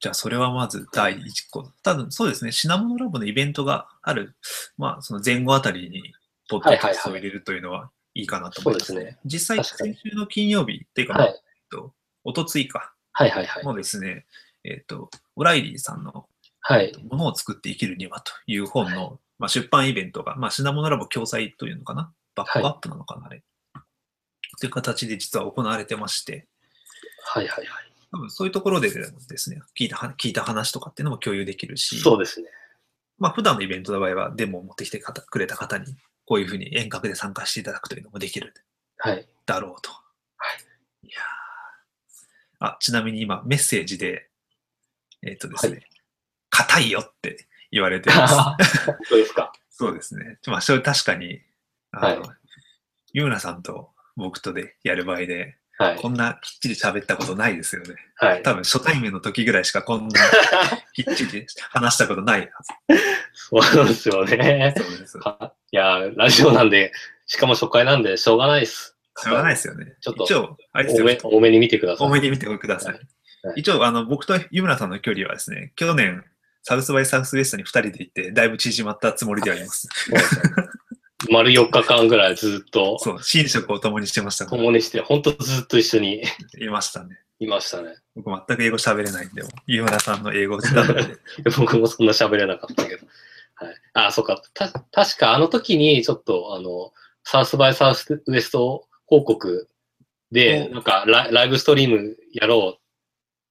[SPEAKER 1] じゃあ、それはまず第1個。多分そうですね、品物ラボのイベントがある、まあ、その前後あたりに、ポッドキャストを入れるというのはいいかなと思います、
[SPEAKER 2] そうですね。
[SPEAKER 1] 実際、
[SPEAKER 2] 確かに
[SPEAKER 1] 先週の金曜日っていうか、
[SPEAKER 2] はい。
[SPEAKER 1] おとついか、
[SPEAKER 2] はいはいはい。
[SPEAKER 1] もうですね、えっ、と、オライリーさんの、
[SPEAKER 2] はい。
[SPEAKER 1] ものを作って生きるにはという本の、まあ、出版イベントが、まあ、品物ラボ共催というのかな、バックアップなのかな、あれ。という形で実は行われてまして、
[SPEAKER 2] はいはいはい。
[SPEAKER 1] 多分そういうところでですね、聞いた聞いた話とかっていうのも共有できるし、
[SPEAKER 2] そうですね。
[SPEAKER 1] まあ、普段のイベントの場合は、デモを持ってきて方くれた方に、こういうふうに遠隔で参加していただくというのもできる
[SPEAKER 2] はい。
[SPEAKER 1] だろうと。。
[SPEAKER 2] はい
[SPEAKER 1] いやーあ、ちなみに今、メッセージで、えっ、とです
[SPEAKER 2] は
[SPEAKER 1] ね、硬、い、よって言われてます。
[SPEAKER 2] そうですか。
[SPEAKER 1] そうですね。まあ、それ確かに、あの、
[SPEAKER 2] は
[SPEAKER 1] ゆうなさんと僕とでやる場合で、
[SPEAKER 2] はい。
[SPEAKER 1] こんなきっちり喋ったことないですよね。
[SPEAKER 2] はい。
[SPEAKER 1] 多分初対面の時ぐらいしかこ んなきっちり話したことないは
[SPEAKER 2] そうなんですよね。
[SPEAKER 1] ず。そうです。
[SPEAKER 2] かいやー、ラジオなんで、しかも初回なんで、しょうがないです。
[SPEAKER 1] しょうがないですよね。
[SPEAKER 2] ちょっと
[SPEAKER 1] 一応、あれです
[SPEAKER 2] 多
[SPEAKER 1] よ
[SPEAKER 2] め、多めに見てください。
[SPEAKER 1] 多めに見てください。
[SPEAKER 2] はい
[SPEAKER 1] 一応、あの、僕と湯村さんの距離はですね、去年、サウスバイサウスウエストに2人で行って、だいぶ縮まったつもりではあります。
[SPEAKER 2] そうですね丸4日間ぐらいずっと
[SPEAKER 1] そう、寝食を共にしてましたから、
[SPEAKER 2] 共にして、本当ずっと一緒に
[SPEAKER 1] いましたね。
[SPEAKER 2] いましたね。
[SPEAKER 1] 僕全く英語喋れないんで、湯村さんの英語を聞いたので、
[SPEAKER 2] 僕もそんな喋れなかったけど。はい。あ、そうか。た、確かあの時に、ちょっと、あの、サウスバイサウスウエスト報告で、
[SPEAKER 1] お
[SPEAKER 2] なんかライ、ライブストリームやろうっ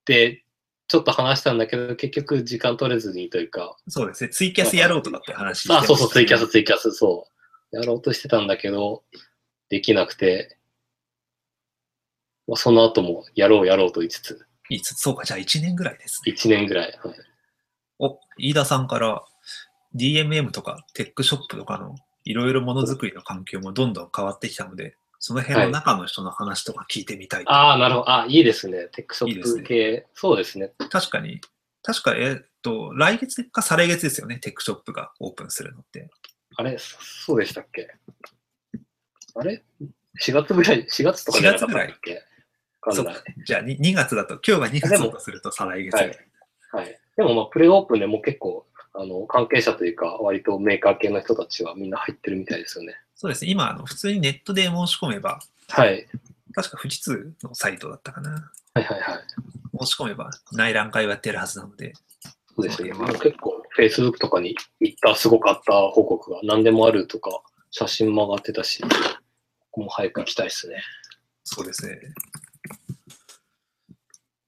[SPEAKER 2] て、ちょっと話したんだけど、結局時間取れずにというか、
[SPEAKER 1] そうですね、ツイキャスやろうとかって話してま
[SPEAKER 2] あ、
[SPEAKER 1] したね
[SPEAKER 2] そうそう、ツイキャス、ツイキャス、そう。やろうとしてたんだけど、できなくて、まあ、その後もやろうやろうと言いつつ、
[SPEAKER 1] いつそうか、じゃあ1年ぐらいですね。
[SPEAKER 2] 1年ぐらい。はい
[SPEAKER 1] お、飯田さんから、DMM とかテックショップとかのいろいろものづくりの環境もどんどん変わってきたので、その辺の中の人の話とか聞いてみたい。
[SPEAKER 2] ああ、なるほど。あいいですね。テックショ
[SPEAKER 1] いい
[SPEAKER 2] ッ
[SPEAKER 1] ですね
[SPEAKER 2] プ系。そうですね。
[SPEAKER 1] 確かに、確か、えーっと、来月か再来月ですよね、テックショップがオープンするのって。
[SPEAKER 2] あれ、そそうでしたっけあれ ?4 月ぐらい、4月とかじゃなかったっけわか
[SPEAKER 1] そ
[SPEAKER 2] ん
[SPEAKER 1] う
[SPEAKER 2] ない
[SPEAKER 1] か。じゃあ 2, 月だと、今日が2月
[SPEAKER 2] で
[SPEAKER 1] だ
[SPEAKER 2] も
[SPEAKER 1] とすると再来月。
[SPEAKER 2] はいはい。でも、まあ、プレオープンでも結構、あの、関係者というか、割とメーカー系の人たちはみんな入ってるみたいですよね。
[SPEAKER 1] そうですね、今あの、普通にネットで申し込めば、
[SPEAKER 2] はい。
[SPEAKER 1] 確か富士通のサイトだったかな。
[SPEAKER 2] はいはいはい。
[SPEAKER 1] 申し込めば内覧会をやってるはずなので、
[SPEAKER 2] そうですね。
[SPEAKER 1] そう
[SPEAKER 2] もう結構、Facebook とかに行ったすごかった報告が何でもあるとか、写真も上がってたし、僕も早く行きたいですね。
[SPEAKER 1] そうですね。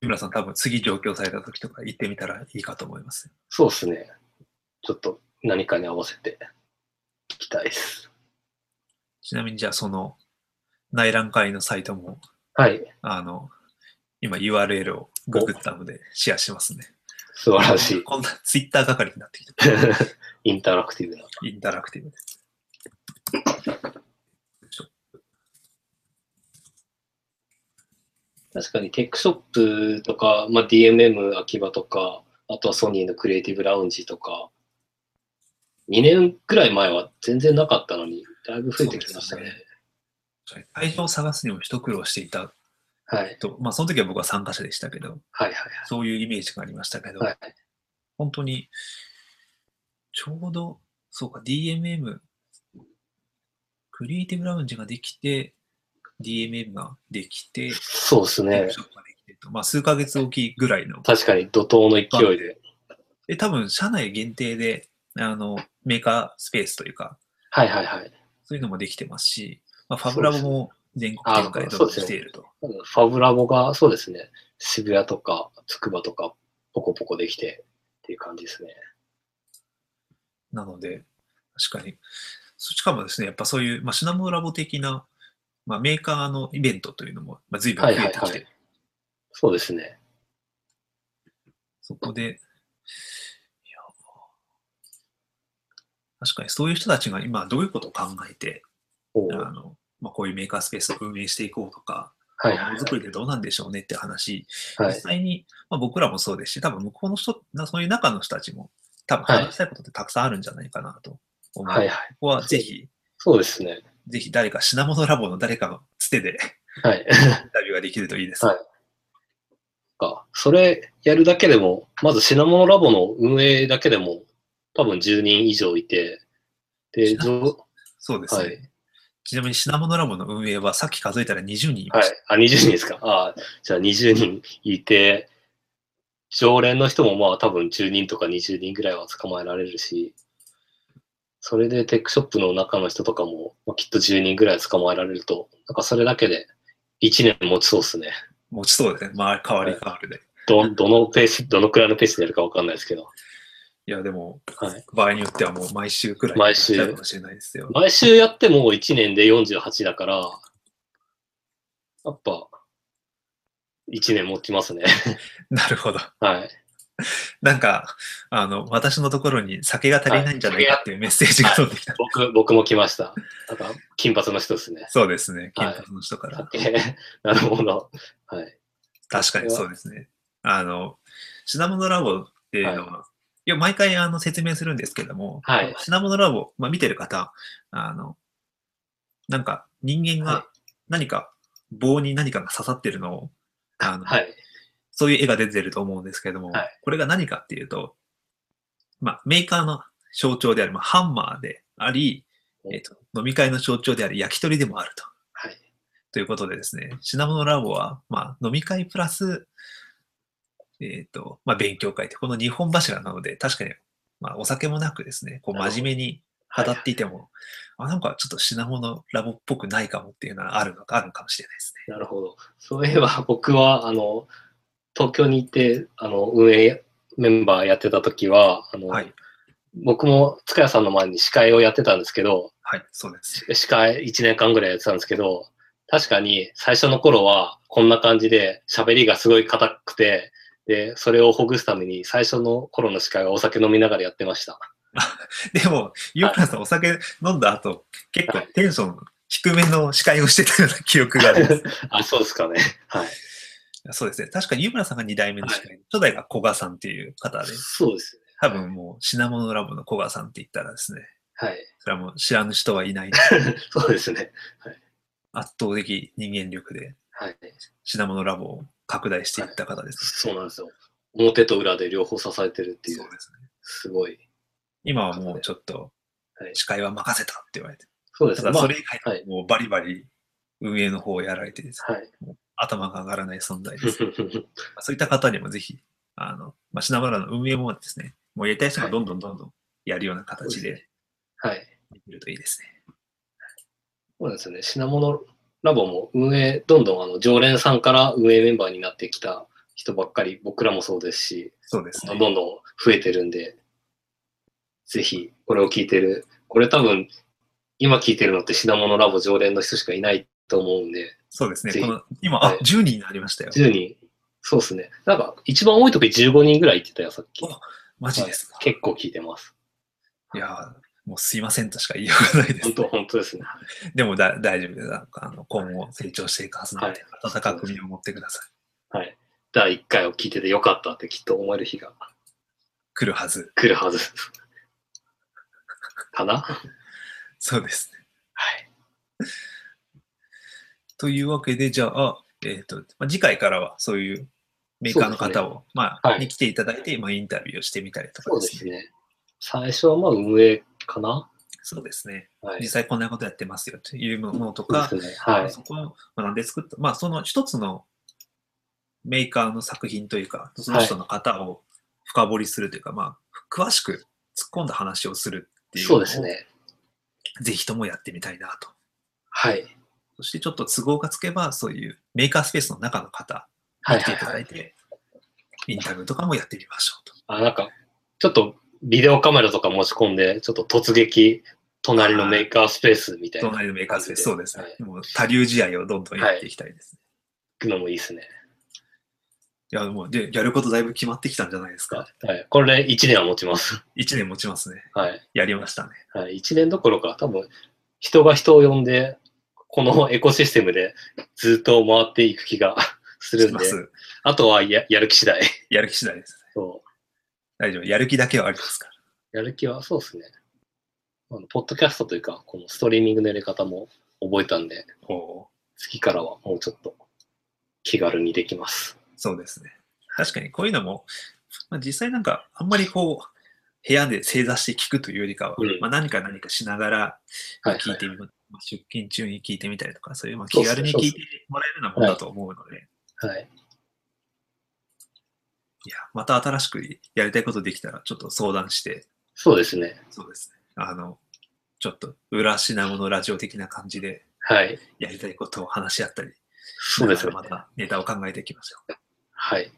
[SPEAKER 1] 井村さん、多分次上京された時とか行ってみたらいいかと思います。
[SPEAKER 2] そうですね。ちょっと何かに合わせて行きたいです。
[SPEAKER 1] ちなみに、じゃあその内覧会のサイトも、
[SPEAKER 2] はい。
[SPEAKER 1] あの、今 URL をググったのでシェアしますね。
[SPEAKER 2] 素晴らしい。
[SPEAKER 1] こんなツイッター係になってきて、
[SPEAKER 2] インタラクティブな。
[SPEAKER 1] インタラクティブです。
[SPEAKER 2] 確かにテックショップとか、まあ、DMM 秋葉とか、あとはソニーのクリエイティブラウンジとか、2年くらい前は全然なかったのに、だいぶ増えてきましたね。
[SPEAKER 1] そうで会場を探すにも一苦労していた
[SPEAKER 2] はい。はい
[SPEAKER 1] と、まあその時は僕は参加者でしたけど、
[SPEAKER 2] はい
[SPEAKER 1] そういうイメージがありましたけど、
[SPEAKER 2] はい。はい、
[SPEAKER 1] 本当に、ちょうど、そうか、DMM、クリエイティブラウンジができて、DMM ができて、
[SPEAKER 2] そうです
[SPEAKER 1] ワー
[SPEAKER 2] ね
[SPEAKER 1] ク。ショップができてと、まあ、数ヶ月おきぐらいの。
[SPEAKER 2] 確かに怒涛の勢いで。
[SPEAKER 1] で、多分、社内限定で、あの、メーカースペースというか、
[SPEAKER 2] はいはいはい。
[SPEAKER 1] そういうのもできてますし、まあ、ファブラボも全国展開
[SPEAKER 2] あ
[SPEAKER 1] と
[SPEAKER 2] そうですね
[SPEAKER 1] していると。
[SPEAKER 2] ファブラボが、そうですね。渋谷とか、つくばとか、ポコポコできてっていう感じですね。
[SPEAKER 1] なので、確かに。そしかもですね、やっぱそういう、まあ、シナモラボ的な、まあ、メーカーのイベントというのも、まあ、随分
[SPEAKER 2] は
[SPEAKER 1] 増
[SPEAKER 2] い
[SPEAKER 1] え
[SPEAKER 2] はい
[SPEAKER 1] てき
[SPEAKER 2] は
[SPEAKER 1] て
[SPEAKER 2] い。そうですね。
[SPEAKER 1] そこで、いや確かにそういう人たちが今どういうことを考えて、
[SPEAKER 2] お
[SPEAKER 1] あ
[SPEAKER 2] ー
[SPEAKER 1] のまあ、こういうメーカースペースを運営していこうとか、
[SPEAKER 2] はい
[SPEAKER 1] まあ
[SPEAKER 2] は
[SPEAKER 1] も
[SPEAKER 2] い
[SPEAKER 1] のづくりでどうなんでしょうねって話、
[SPEAKER 2] は
[SPEAKER 1] 実
[SPEAKER 2] い。
[SPEAKER 1] 際に、まあ、僕らもそうですし、多分向こうの人、なそういう中の人たちも、多分
[SPEAKER 2] はい
[SPEAKER 1] 話したいことってたくさんあるんじゃないかなと思う。
[SPEAKER 2] はいはい。
[SPEAKER 1] ここはぜひ、
[SPEAKER 2] そうですね。
[SPEAKER 1] ぜひ誰か、品物ラボの誰かのつてで
[SPEAKER 2] はい。
[SPEAKER 1] インタビューができるといいです。
[SPEAKER 2] はいか。それやるだけでも、まず品物ラボの運営だけでも、多分10人以上いて、で、
[SPEAKER 1] 品物
[SPEAKER 2] ぞ
[SPEAKER 1] そうですね。
[SPEAKER 2] はい
[SPEAKER 1] ちなみに品物ラボの運営はさっき数えたら20人いま
[SPEAKER 2] はい。
[SPEAKER 1] し
[SPEAKER 2] あ、20人ですか。あじゃあ20人いて、常連の人もまあ多分10人とか20人ぐらいは捕まえられるし、それでテックショップの中の人とかも、まあ、きっと10人ぐらい捕まえられると、なんかそれだけで1年持ちそうですね。
[SPEAKER 1] 持ちそうですね。まあ、変わり変わるで。
[SPEAKER 2] ど、どのペース、どのくらいのペースでやるかわかんないですけど。
[SPEAKER 1] いや、でも、
[SPEAKER 2] はい
[SPEAKER 1] 場合によってはもう毎週くらい
[SPEAKER 2] 毎週
[SPEAKER 1] やっちゃうかもしれないですよ。
[SPEAKER 2] 毎週やっても1年で48だから、やっぱ、1年持ちますね。
[SPEAKER 1] なるほど。
[SPEAKER 2] はい。
[SPEAKER 1] なんか、あの、私のところに酒が足りないんじゃないかっていうメッセージが飛んで きた。
[SPEAKER 2] 僕、僕も来ました。なんか、金髪の人ですね。
[SPEAKER 1] そうですね。金
[SPEAKER 2] はい
[SPEAKER 1] 髪の人から。
[SPEAKER 2] 酒 なるほど。はい。
[SPEAKER 1] 確かにそうですね。あの、シナモノラボっていうのは、い、や、毎回あの説明するんですけども、
[SPEAKER 2] はい
[SPEAKER 1] シナモノラボ、まあ、見てる方、あの、なんか人間
[SPEAKER 2] は
[SPEAKER 1] が何か棒に何かが刺さってるのを、あの、
[SPEAKER 2] はい。
[SPEAKER 1] そういう絵が出てると思うんですけれども、
[SPEAKER 2] はい
[SPEAKER 1] これが何かっていうと、まあ、メーカーの象徴である、まあ、ハンマーであり、
[SPEAKER 2] お
[SPEAKER 1] えっと飲み会の象徴である焼き鳥でもあると。
[SPEAKER 2] はい。
[SPEAKER 1] ということでですね、シナモノラボは、まあ、飲み会プラス、えっ、と、まあ、勉強会って、この日本柱なので、確かに、まあ、お酒もなくですね、こう、
[SPEAKER 2] なるほど
[SPEAKER 1] 真面目に語っていても、あ、なんかちょっとシナモノラボっぽくないかもっていうのはあるのか、あるのかもしれないですね。
[SPEAKER 2] なるほど。そういえば僕は、あの、東京に行って、あの、運営メンバーやってた時は、あの、
[SPEAKER 1] はい
[SPEAKER 2] 僕も塚谷さんの前に司会をやってたんですけど、
[SPEAKER 1] はい、そうです。
[SPEAKER 2] 司会1年間ぐらいやってたんですけど、確かに最初の頃はこんな感じで喋りがすごい硬くて、で、それをほぐすために最初の頃の司会はお酒飲みながらやってました。
[SPEAKER 1] でも、ゆうかさん、お酒飲んだ後、結構
[SPEAKER 2] は
[SPEAKER 1] テンション低めの司会をしてたような記憶があります。
[SPEAKER 2] あ、そうですかね。はい。
[SPEAKER 1] そうですね。確かに、湯村さんが2代目の司会、初代が古賀さんっていう方で、
[SPEAKER 2] そうですね。
[SPEAKER 1] 多分もう、品物ラボの古賀さんって言ったらですね、
[SPEAKER 2] はい。
[SPEAKER 1] それはもう知らぬ人は いない
[SPEAKER 2] そうですね。
[SPEAKER 1] 圧倒的人間力で
[SPEAKER 2] はい。
[SPEAKER 1] 品物ラボを拡大していった方です
[SPEAKER 2] そうなんですよ。表と裏で両方支えてるって
[SPEAKER 1] ね。
[SPEAKER 2] い
[SPEAKER 1] そうう、ですね。
[SPEAKER 2] すごい。
[SPEAKER 1] 今はもうちょっと
[SPEAKER 2] は、い
[SPEAKER 1] 司会は任せたって言われて、
[SPEAKER 2] そうで
[SPEAKER 1] た
[SPEAKER 2] すね。
[SPEAKER 1] だ
[SPEAKER 2] まあ
[SPEAKER 1] それ以外
[SPEAKER 2] はい。
[SPEAKER 1] もうバリバリ運営の方をやられてですね、
[SPEAKER 2] はい。
[SPEAKER 1] 頭が上がらない存在です。そういった方にもぜひ、あの、まあ、品物ラボの運営もですね、もうやりたい人がどんどんどんどんやるような形で
[SPEAKER 2] はい。
[SPEAKER 1] できるといいですね。
[SPEAKER 2] そうなんですよね。品物ラボも運営、どんどんあの常連さんから運営メンバーになってきた人ばっかり、僕らもそうですし、
[SPEAKER 1] そうです
[SPEAKER 2] ど
[SPEAKER 1] ね
[SPEAKER 2] ん。どん増えてるんで、ぜひこれを聞いてる、これ多分今聞いてるのって品物ラボ常連の人しかいないと思うんで、
[SPEAKER 1] そうですね。
[SPEAKER 2] ぜひ
[SPEAKER 1] この今、あ、
[SPEAKER 2] はい
[SPEAKER 1] 10人になりましたよ。
[SPEAKER 2] 10人、そうですね。なんか一番多い時15人ぐらいって言ってたよ、さっき。
[SPEAKER 1] おマジですか。
[SPEAKER 2] 結構聞いてます。
[SPEAKER 1] いやー、もうすいませんとしか言いようがないで
[SPEAKER 2] 本
[SPEAKER 1] す。
[SPEAKER 2] 当、本当ですね。
[SPEAKER 1] でもだ大丈夫です。なんかあの今後成長していくはずなので、温かく見守ってください。
[SPEAKER 2] はい。第1回を聞いててよかったってきっと思える日が
[SPEAKER 1] 来るはず。
[SPEAKER 2] 来るはず。かな
[SPEAKER 1] そうですね。
[SPEAKER 2] はい。
[SPEAKER 1] というわけで、じゃあ、えっ、と、まあ、次回からはそういうメーカーの
[SPEAKER 2] そうです
[SPEAKER 1] 方
[SPEAKER 2] ね
[SPEAKER 1] を、まあ、
[SPEAKER 2] はい
[SPEAKER 1] に来ていただいて、まあ、インタビューをしてみたりとか
[SPEAKER 2] そう
[SPEAKER 1] で
[SPEAKER 2] ですす
[SPEAKER 1] ね。
[SPEAKER 2] ね。最初はまあ運営かな
[SPEAKER 1] そうですね。
[SPEAKER 2] はい。
[SPEAKER 1] 実際こんなことやってますよというものと
[SPEAKER 2] そう
[SPEAKER 1] か、
[SPEAKER 2] ですね。はい。
[SPEAKER 1] そこを学んで作った、まあ、その一つのメーカーの作品というか、その人の方を深掘りするというか、まあ、詳しく突っ込んだ話をするっていうの
[SPEAKER 2] そ
[SPEAKER 1] を
[SPEAKER 2] うですね。
[SPEAKER 1] ぜひともやってみたいなと。
[SPEAKER 2] はい。
[SPEAKER 1] そしてちょっと都合がつけば、そういうメーカースペースの中の方、
[SPEAKER 2] はい
[SPEAKER 1] 来ていた
[SPEAKER 2] はい、
[SPEAKER 1] だ
[SPEAKER 2] はい。
[SPEAKER 1] いて、インタビューとかもやってみましょうと。
[SPEAKER 2] あ、なんか、ちょっとビデオカメラとか持ち込んで、ちょっと突撃、隣のメーカースペースみたいな、
[SPEAKER 1] 隣のメーカースペース、そうですね。
[SPEAKER 2] はい
[SPEAKER 1] もう多流試合をどんどんやっていきたいですね。
[SPEAKER 2] 行くのもいいですね。
[SPEAKER 1] い、や、もうで、やることだいぶ決まってきたんじゃないですか。
[SPEAKER 2] はい。これ1年は持ちます。
[SPEAKER 1] 1年持ちますね。
[SPEAKER 2] はい。
[SPEAKER 1] やりましたね。
[SPEAKER 2] はい、1年どころか、多分、人が人を呼んで、このエコシステムでずっと回っていく気がする
[SPEAKER 1] し
[SPEAKER 2] ん
[SPEAKER 1] ま
[SPEAKER 2] で、
[SPEAKER 1] す。
[SPEAKER 2] あとはややる気次第。
[SPEAKER 1] やる気次第です。
[SPEAKER 2] そ
[SPEAKER 1] 大丈夫。やる気だけはありますから。
[SPEAKER 2] う。やる気は、そうですね。あのポッドキャストというか、このストリーミングのやり方も覚えたんで、
[SPEAKER 1] お
[SPEAKER 2] 次からはもうちょっと気軽にできます。
[SPEAKER 1] そうですね。確かにこういうのも、まあ、実際なんかあんまりこう、部屋で正座して聞くというよりかは、
[SPEAKER 2] うん
[SPEAKER 1] まあ、何か何かしながら
[SPEAKER 2] はい
[SPEAKER 1] 聞いてみ、まあ出勤中に聞いてみたりとか、そういうまあ
[SPEAKER 2] そう
[SPEAKER 1] 気
[SPEAKER 2] っすね
[SPEAKER 1] 軽に聞いてもらえるようなものだと思うので、い
[SPEAKER 2] はい。
[SPEAKER 1] や、また新しくやりたいことできたら、ちょっと相談して、
[SPEAKER 2] そうですね。
[SPEAKER 1] そうですね。あの、ちょっと裏品物ラジオ的な感じで
[SPEAKER 2] はい。
[SPEAKER 1] やりたいことを話し合ったり、
[SPEAKER 2] そうですね。
[SPEAKER 1] またネタを考えていきましょう。
[SPEAKER 2] はい。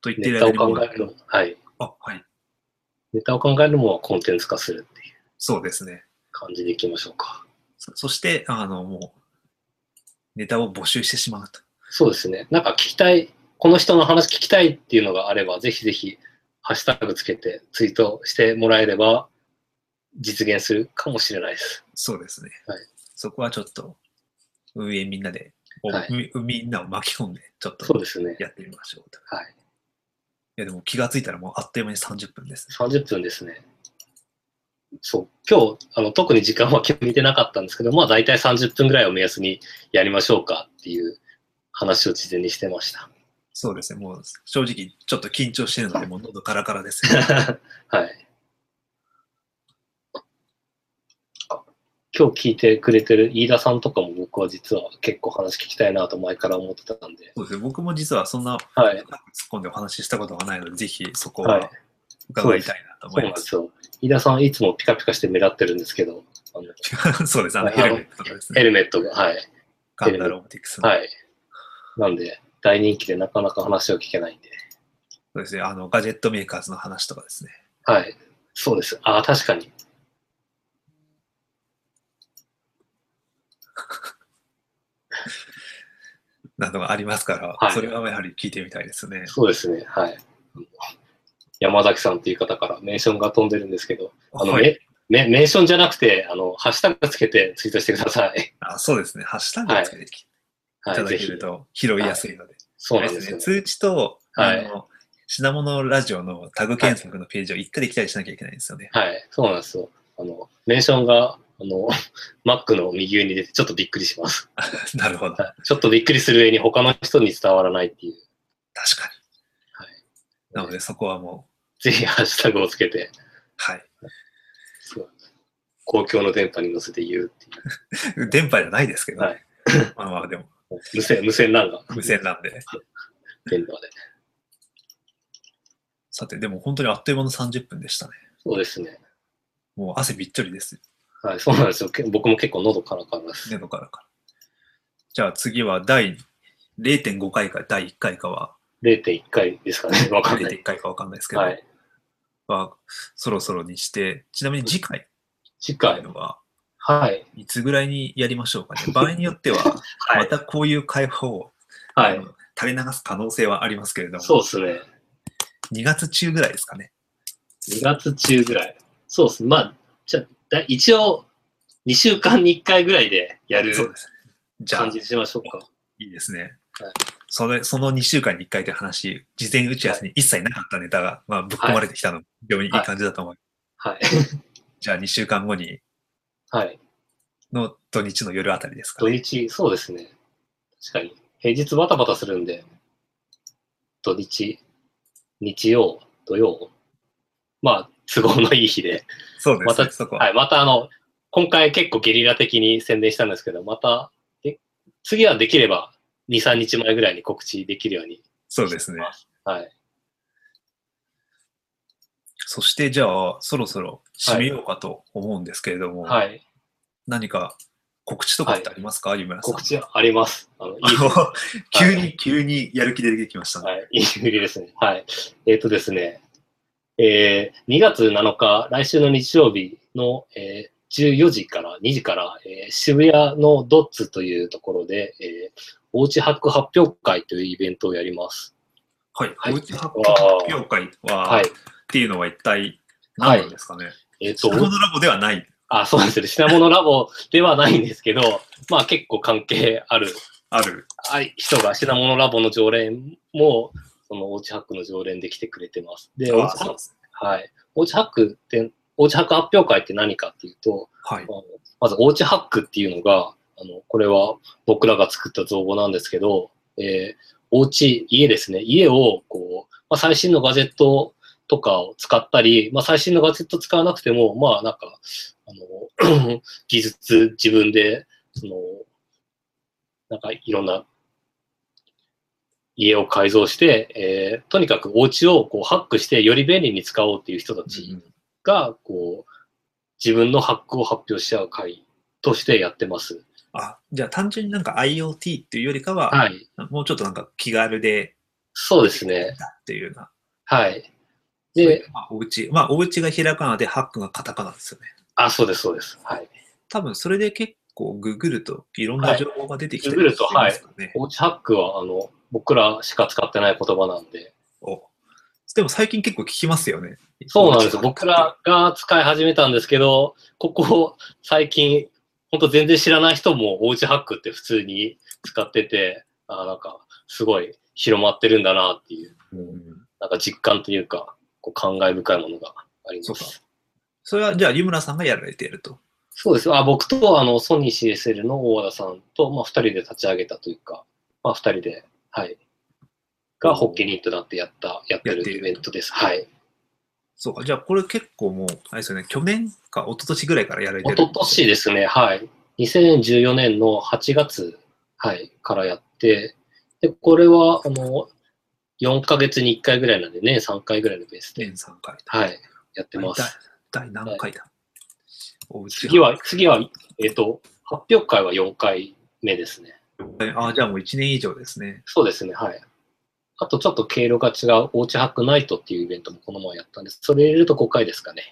[SPEAKER 1] と言ってい
[SPEAKER 2] ネ
[SPEAKER 1] る
[SPEAKER 2] タ
[SPEAKER 1] 間
[SPEAKER 2] を
[SPEAKER 1] にも
[SPEAKER 2] 考えるの、はい。
[SPEAKER 1] あ、はい。
[SPEAKER 2] ネタを考えるのもコンテンツ化するっていう
[SPEAKER 1] そうですね。
[SPEAKER 2] 感じでいきましょうか。
[SPEAKER 1] そそして、あの、もう、ネタを募集してしまうと。
[SPEAKER 2] そうですね。なんか聞きたい、この人の話聞きたいっていうのがあれば、ぜひぜひ、ハッシュタグつけてツイートしてもらえれば、実現するかもしれないです。
[SPEAKER 1] そうですね。
[SPEAKER 2] はい
[SPEAKER 1] そこはちょっと、運営みんなで、お
[SPEAKER 2] はい
[SPEAKER 1] みみんなを巻き込んで、ちょっ
[SPEAKER 2] そう
[SPEAKER 1] と
[SPEAKER 2] ですね。
[SPEAKER 1] やってみましょうと。
[SPEAKER 2] はい。
[SPEAKER 1] いや、でも気がついたらもうあっという間に30分ですね。
[SPEAKER 2] 30分ですね。そう、今日、あの、特に時間は決めてなかったんですけど、まあ、大体30分ぐらいを目安にやりましょうかっていう話を事前にしてました。
[SPEAKER 1] そうですね。もう正直ちょっと緊張してるので、もう喉カラカラです、ね。
[SPEAKER 2] はい。今日聞いてくれてる飯田さんとかも僕は実は結構話聞きたいなと前から思ってたんで、
[SPEAKER 1] そうですね。僕も実はそんな
[SPEAKER 2] はい。
[SPEAKER 1] 突っ込んでお話ししたことがないので、ぜひそこ
[SPEAKER 2] はい
[SPEAKER 1] は伺いたいなと
[SPEAKER 2] そ
[SPEAKER 1] 思
[SPEAKER 2] うないん
[SPEAKER 1] ま。
[SPEAKER 2] ですすよ。飯田さんいつもピカピカして目立ってるんですけど、あの
[SPEAKER 1] そうです。あの、
[SPEAKER 2] はい
[SPEAKER 1] ヘルメットとかです
[SPEAKER 2] ヘ
[SPEAKER 1] ね。
[SPEAKER 2] ルメットが、はい。
[SPEAKER 1] ガンダロボティクスの。
[SPEAKER 2] はい。なんで、大人気でなかなか話を聞けないんで。
[SPEAKER 1] そうですね。あの、ガジェットメーカーズの話とかですね。
[SPEAKER 2] はい。そうです。ああ、確かに。
[SPEAKER 1] などがありますから、
[SPEAKER 2] はい
[SPEAKER 1] それはやはり聞いてみたいですね。
[SPEAKER 2] そうですね。はい。山崎さんという方からメンションが飛んでるんですけど、あの、
[SPEAKER 1] はい、
[SPEAKER 2] めめメンションじゃなくて、あの、ハッシュタグつけてツイートしてくださ い。
[SPEAKER 1] あそうですね。ハッシュタグをつけてい
[SPEAKER 2] は
[SPEAKER 1] た
[SPEAKER 2] い、
[SPEAKER 1] だ
[SPEAKER 2] ぜ
[SPEAKER 1] け
[SPEAKER 2] ひ
[SPEAKER 1] る。と拾いやすいので。
[SPEAKER 2] そう
[SPEAKER 1] あ
[SPEAKER 2] な
[SPEAKER 1] れ
[SPEAKER 2] ん
[SPEAKER 1] で
[SPEAKER 2] ですすよ
[SPEAKER 1] ね。
[SPEAKER 2] ね。
[SPEAKER 1] 通知と、
[SPEAKER 2] はい
[SPEAKER 1] あの、品物ラジオのタグ検索のページを行ったり来たりしなきゃいけないんですよね。
[SPEAKER 2] はい、そうなんですよ。あの、メンションが、あの、Mac の右上に出てちょっとびっくりします。
[SPEAKER 1] なるほど。確
[SPEAKER 2] ちょっとびっくりする上に他の人に伝わらないっていう。
[SPEAKER 1] か
[SPEAKER 2] は
[SPEAKER 1] に。なので、そこはもう、
[SPEAKER 2] ぜひハッシュタグをつけて、
[SPEAKER 1] はい。
[SPEAKER 2] そう公共の電波に乗せて言うっていう。
[SPEAKER 1] 電波じゃないですけど、
[SPEAKER 2] は
[SPEAKER 1] ねまあまあでも、
[SPEAKER 2] 無線、無線なんが。
[SPEAKER 1] 無線なんで。
[SPEAKER 2] 電波で。
[SPEAKER 1] さて、でも本当にあっという間の30分でしたね。
[SPEAKER 2] そうですね。
[SPEAKER 1] もう汗びっちょりです。
[SPEAKER 2] はい、そうなんですよ。け僕も結構喉からからです。
[SPEAKER 1] 喉からから。じゃあ次は第0.5回か第1回かは、
[SPEAKER 2] 0.1回ですか ね。わかんない。
[SPEAKER 1] 0.1回かわかんないですけど、
[SPEAKER 2] はい。
[SPEAKER 1] はそろそろにして、ちなみに次回
[SPEAKER 2] 次
[SPEAKER 1] という
[SPEAKER 2] 回。
[SPEAKER 1] のは、
[SPEAKER 2] はい。
[SPEAKER 1] いつぐらいにやりましょう かね。場合によっては、
[SPEAKER 2] は
[SPEAKER 1] ま
[SPEAKER 2] い。
[SPEAKER 1] たこういう会話を、
[SPEAKER 2] は
[SPEAKER 1] あ
[SPEAKER 2] い。
[SPEAKER 1] の垂れ流す可能性はありますけれども、
[SPEAKER 2] そうですね。
[SPEAKER 1] 2月中ぐらいですかね。
[SPEAKER 2] 2月中ぐらい。そうですね。まあ、じゃあだ一応、2週間に1回ぐらいでやる
[SPEAKER 1] そうです。じゃあ
[SPEAKER 2] 感じ、にしましょうか。
[SPEAKER 1] いいですね。
[SPEAKER 2] はい
[SPEAKER 1] それその2週間に1回という話、事前打ち合わせに一切なかったネタが、まあ、ぶっ込まれてきたの、非常にいい感じだと思う。
[SPEAKER 2] はい。
[SPEAKER 1] じゃあ2週間後に
[SPEAKER 2] はい。
[SPEAKER 1] の土日の夜あたりですか
[SPEAKER 2] 土。日、そうですね。確かに。平日バタバタするんで、土日、日曜、土曜、まあ、都合のいい日で。
[SPEAKER 1] そうです、ね
[SPEAKER 2] また
[SPEAKER 1] そこは、
[SPEAKER 2] はい、またあの、今回結構ゲリラ的に宣伝したんですけど、また、で次はできれば2、3日前ぐらいに告知できるように。
[SPEAKER 1] そうですね。
[SPEAKER 2] はい。
[SPEAKER 1] そしてじゃあ、そろそろ締めようかと思うんですけれども、
[SPEAKER 2] はい。
[SPEAKER 1] 何か告知とかってありますか、湯村さん。
[SPEAKER 2] 告知あります。あの、いい、
[SPEAKER 1] あの
[SPEAKER 2] は
[SPEAKER 1] 急
[SPEAKER 2] い
[SPEAKER 1] に、急にやる気出てきましたね。
[SPEAKER 2] はい、いい振りですね。はい。えっ、とですね、えー2月7日、来週の日曜日の、えー14時から2時から、えー渋谷のドッツというところで、えーおうちハック発表会というイベントをやります。
[SPEAKER 1] はい。
[SPEAKER 2] はい
[SPEAKER 1] おうち発表会は、
[SPEAKER 2] はい
[SPEAKER 1] っ。ていうのは一体何なんですかね。
[SPEAKER 2] えっ、と
[SPEAKER 1] そ、このラボではない。
[SPEAKER 2] あ、そうですね。品物ラボではないんですけど、まあ結構関係ある
[SPEAKER 1] ある。
[SPEAKER 2] あい人が品物ラボの常連も、そのおうちハックの常連で来てくれてます。で、おう
[SPEAKER 1] あ
[SPEAKER 2] ち
[SPEAKER 1] そう
[SPEAKER 2] ハ
[SPEAKER 1] ですね
[SPEAKER 2] はい。おうちハックって、おうちハック発表会って何かっていうと、
[SPEAKER 1] はい
[SPEAKER 2] あ。のまずおうちハックっていうのが、あの、これは僕らが作った造語なんですけど、えー、おうち、家ですね。家を、こう、まあ、最新のガジェットとかを使ったり、まあ、最新のガジェット使わなくても、まあ、なんか、あの、 技術、自分で、その、なんかいろんな家を改造して、えーとにかくお家をこうハックしてより便利に使おうっていう人たち
[SPEAKER 1] うん
[SPEAKER 2] が、こう、自分のハックを発表し合う会としてやってます。
[SPEAKER 1] あ、じゃあ単純になんか IoT っていうよりかは、
[SPEAKER 2] はい。
[SPEAKER 1] もうちょっとなんか気軽で、
[SPEAKER 2] そうですね。
[SPEAKER 1] っていうような。
[SPEAKER 2] はい。
[SPEAKER 1] そうい
[SPEAKER 2] で
[SPEAKER 1] う、まあ、お家まあ、お家がひらがなで、ハックがカタカナですよね。
[SPEAKER 2] あ、そうです、そうです。はい。
[SPEAKER 1] 多分、それで結構、ググると、いろん
[SPEAKER 2] は
[SPEAKER 1] ない情報が出てきて
[SPEAKER 2] ググるとはい
[SPEAKER 1] すよね。
[SPEAKER 2] おうちハックは、あの、僕らしか使ってない言葉なんで。
[SPEAKER 1] おでも、最近結構聞きますよね。
[SPEAKER 2] そうなんですよ。
[SPEAKER 1] おうち
[SPEAKER 2] 僕らが使い始めたんですけど、ここ最近、本当全然知らない人もおうちハックって普通に使ってて、あーなんかすごい広まってるんだなっていう、
[SPEAKER 1] うん
[SPEAKER 2] なんか実感というか、こう感慨深いものがあります。
[SPEAKER 1] そ
[SPEAKER 2] そうう
[SPEAKER 1] かそれは、じゃあ、湯村さんがやられていると。
[SPEAKER 2] ですあ僕とあのソニー CSL の大和田さんと、まあ、2人で立ち上げたというか、まあ、2人で、はい、がホッケニーとなってやった、やってるイベントです。はい。
[SPEAKER 1] そうか、じゃあこれ結構もう、あれですよね、去年か一昨年ぐらいからやられて
[SPEAKER 2] 一
[SPEAKER 1] る。
[SPEAKER 2] 昨年ですね、はい。2014年の8月、はい、からやって、で、これは、あの、4ヶ月に1回ぐらいなんでね、3回ぐらいのペースで、
[SPEAKER 1] 年3回。
[SPEAKER 2] はい、やってます。
[SPEAKER 1] 第。第何回だ、おうち
[SPEAKER 2] 次は、次は、えっと、発表会は4回目ですね。
[SPEAKER 1] ああ、じゃあもう1年以上ですね。
[SPEAKER 2] そうですね、はい。あとちょっと経路が違う、おうちハックナイトっていうイベントもこの前やったんです。それ入れると5回ですかね。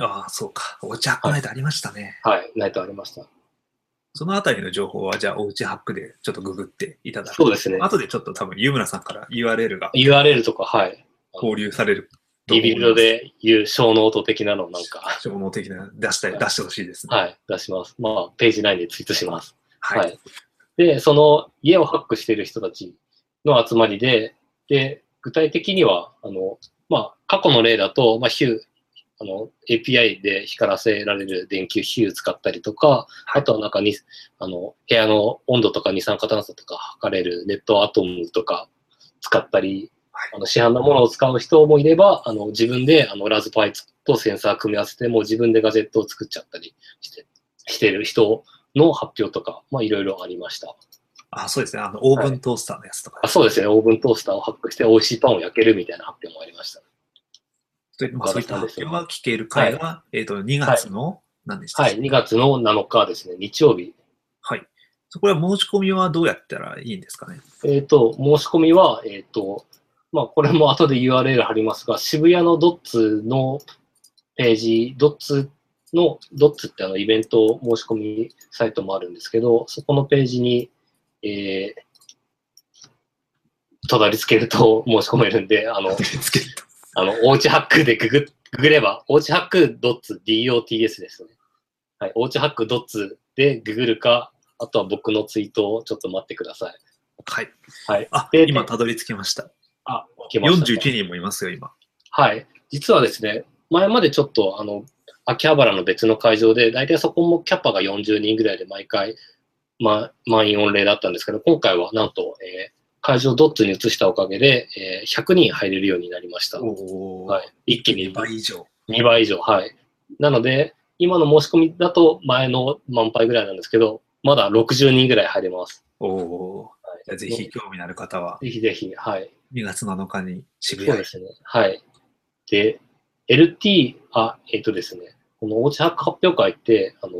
[SPEAKER 1] ああ、そうか。おうちハックナイトありましたね。
[SPEAKER 2] はい、ナイトありました。
[SPEAKER 1] そのあたりの情報は、じゃあおうちハックでちょっとググっていただく。
[SPEAKER 2] そうですね。
[SPEAKER 1] 後でちょっと多分、湯村さんから URL が
[SPEAKER 2] URL とか、はい。
[SPEAKER 1] 交流されると
[SPEAKER 2] リ
[SPEAKER 1] 思います。
[SPEAKER 2] ビルドで言う小ノート的なのをなんか、
[SPEAKER 1] 消耗的な出したい、出してほしいですね。
[SPEAKER 2] はい、出します。まあ、ページ内でツイートします。
[SPEAKER 1] は
[SPEAKER 2] はい。で、その家をハックしてる人たちの集まりで、で、具体的には、あの、まあ、過去の例だと、まあ、ヒュー、あの、API で光らせられる電球ヒュー使ったりとか、あとはなんかに、あの、部屋の温度とか二酸化炭素とか測れるネットアトムとか使ったり、
[SPEAKER 1] はい
[SPEAKER 2] あの市販のものを使う人もいれば、あの自分であのラズパイとセンサー組み合わせて、もう自分でガジェットを作っちゃったりしてしてる人の発表とか、まあいろいろありました。
[SPEAKER 1] あ、そうですね。あの、オーブントースターのやつとか。
[SPEAKER 2] あそうですね、オーブントースターをハックして美味しいパンを焼けるみたいな発表もありました。
[SPEAKER 1] でまあ、そういった発表が聞ける回が、えっ、と、2月の、何でしたっ
[SPEAKER 2] は
[SPEAKER 1] け
[SPEAKER 2] い、2月の7日ですね、日曜日。
[SPEAKER 1] はい。そこれは申し込みはどうやったらいいんですかね。
[SPEAKER 2] えっ、と、申し込みは、えっ、と、まあ、これも後で URL 貼りますが、渋谷のドッツのページ、ドッツの、ドッツってあのイベント申し込みサイトもあるんですけど、そこのページに、えー、とだりつけると申し込めるんで、あの、
[SPEAKER 1] つけると
[SPEAKER 2] あの、おうちハックでググ、ググれば、おうちハックドッツ DOTS ですね。はい、おうちハックドッツでググるか、あとは僕のツイートをちょっと待ってください。
[SPEAKER 1] はい。
[SPEAKER 2] はい。
[SPEAKER 1] あ、
[SPEAKER 2] で
[SPEAKER 1] 今たどり着きました。
[SPEAKER 2] あ、来ました、
[SPEAKER 1] 41人もいますよ、今。
[SPEAKER 2] はい。実はですね、前までちょっと、あの、秋葉原の別の会場で、大体そこもキャパが40人ぐらいで毎回、ま、満員御礼だったんですけど、今回はなんと、えー会場をドッツに移したおかげで、えー100人入れるようになりました。
[SPEAKER 1] おお、
[SPEAKER 2] はい、一気に
[SPEAKER 1] 2倍以上。
[SPEAKER 2] 2倍以上、はい。なので、今の申し込みだと前の満杯ぐらいなんですけど、まだ60人ぐらい入れます。
[SPEAKER 1] おお
[SPEAKER 2] は
[SPEAKER 1] ー。じゃあぜひ。興味のある方は、
[SPEAKER 2] ぜひぜひ、はい。
[SPEAKER 1] 2月7日に渋
[SPEAKER 2] そう
[SPEAKER 1] 谷
[SPEAKER 2] で
[SPEAKER 1] です
[SPEAKER 2] ね。はい。で、LT、あ、えっ、とですね、このおうちハック発表会って、あの、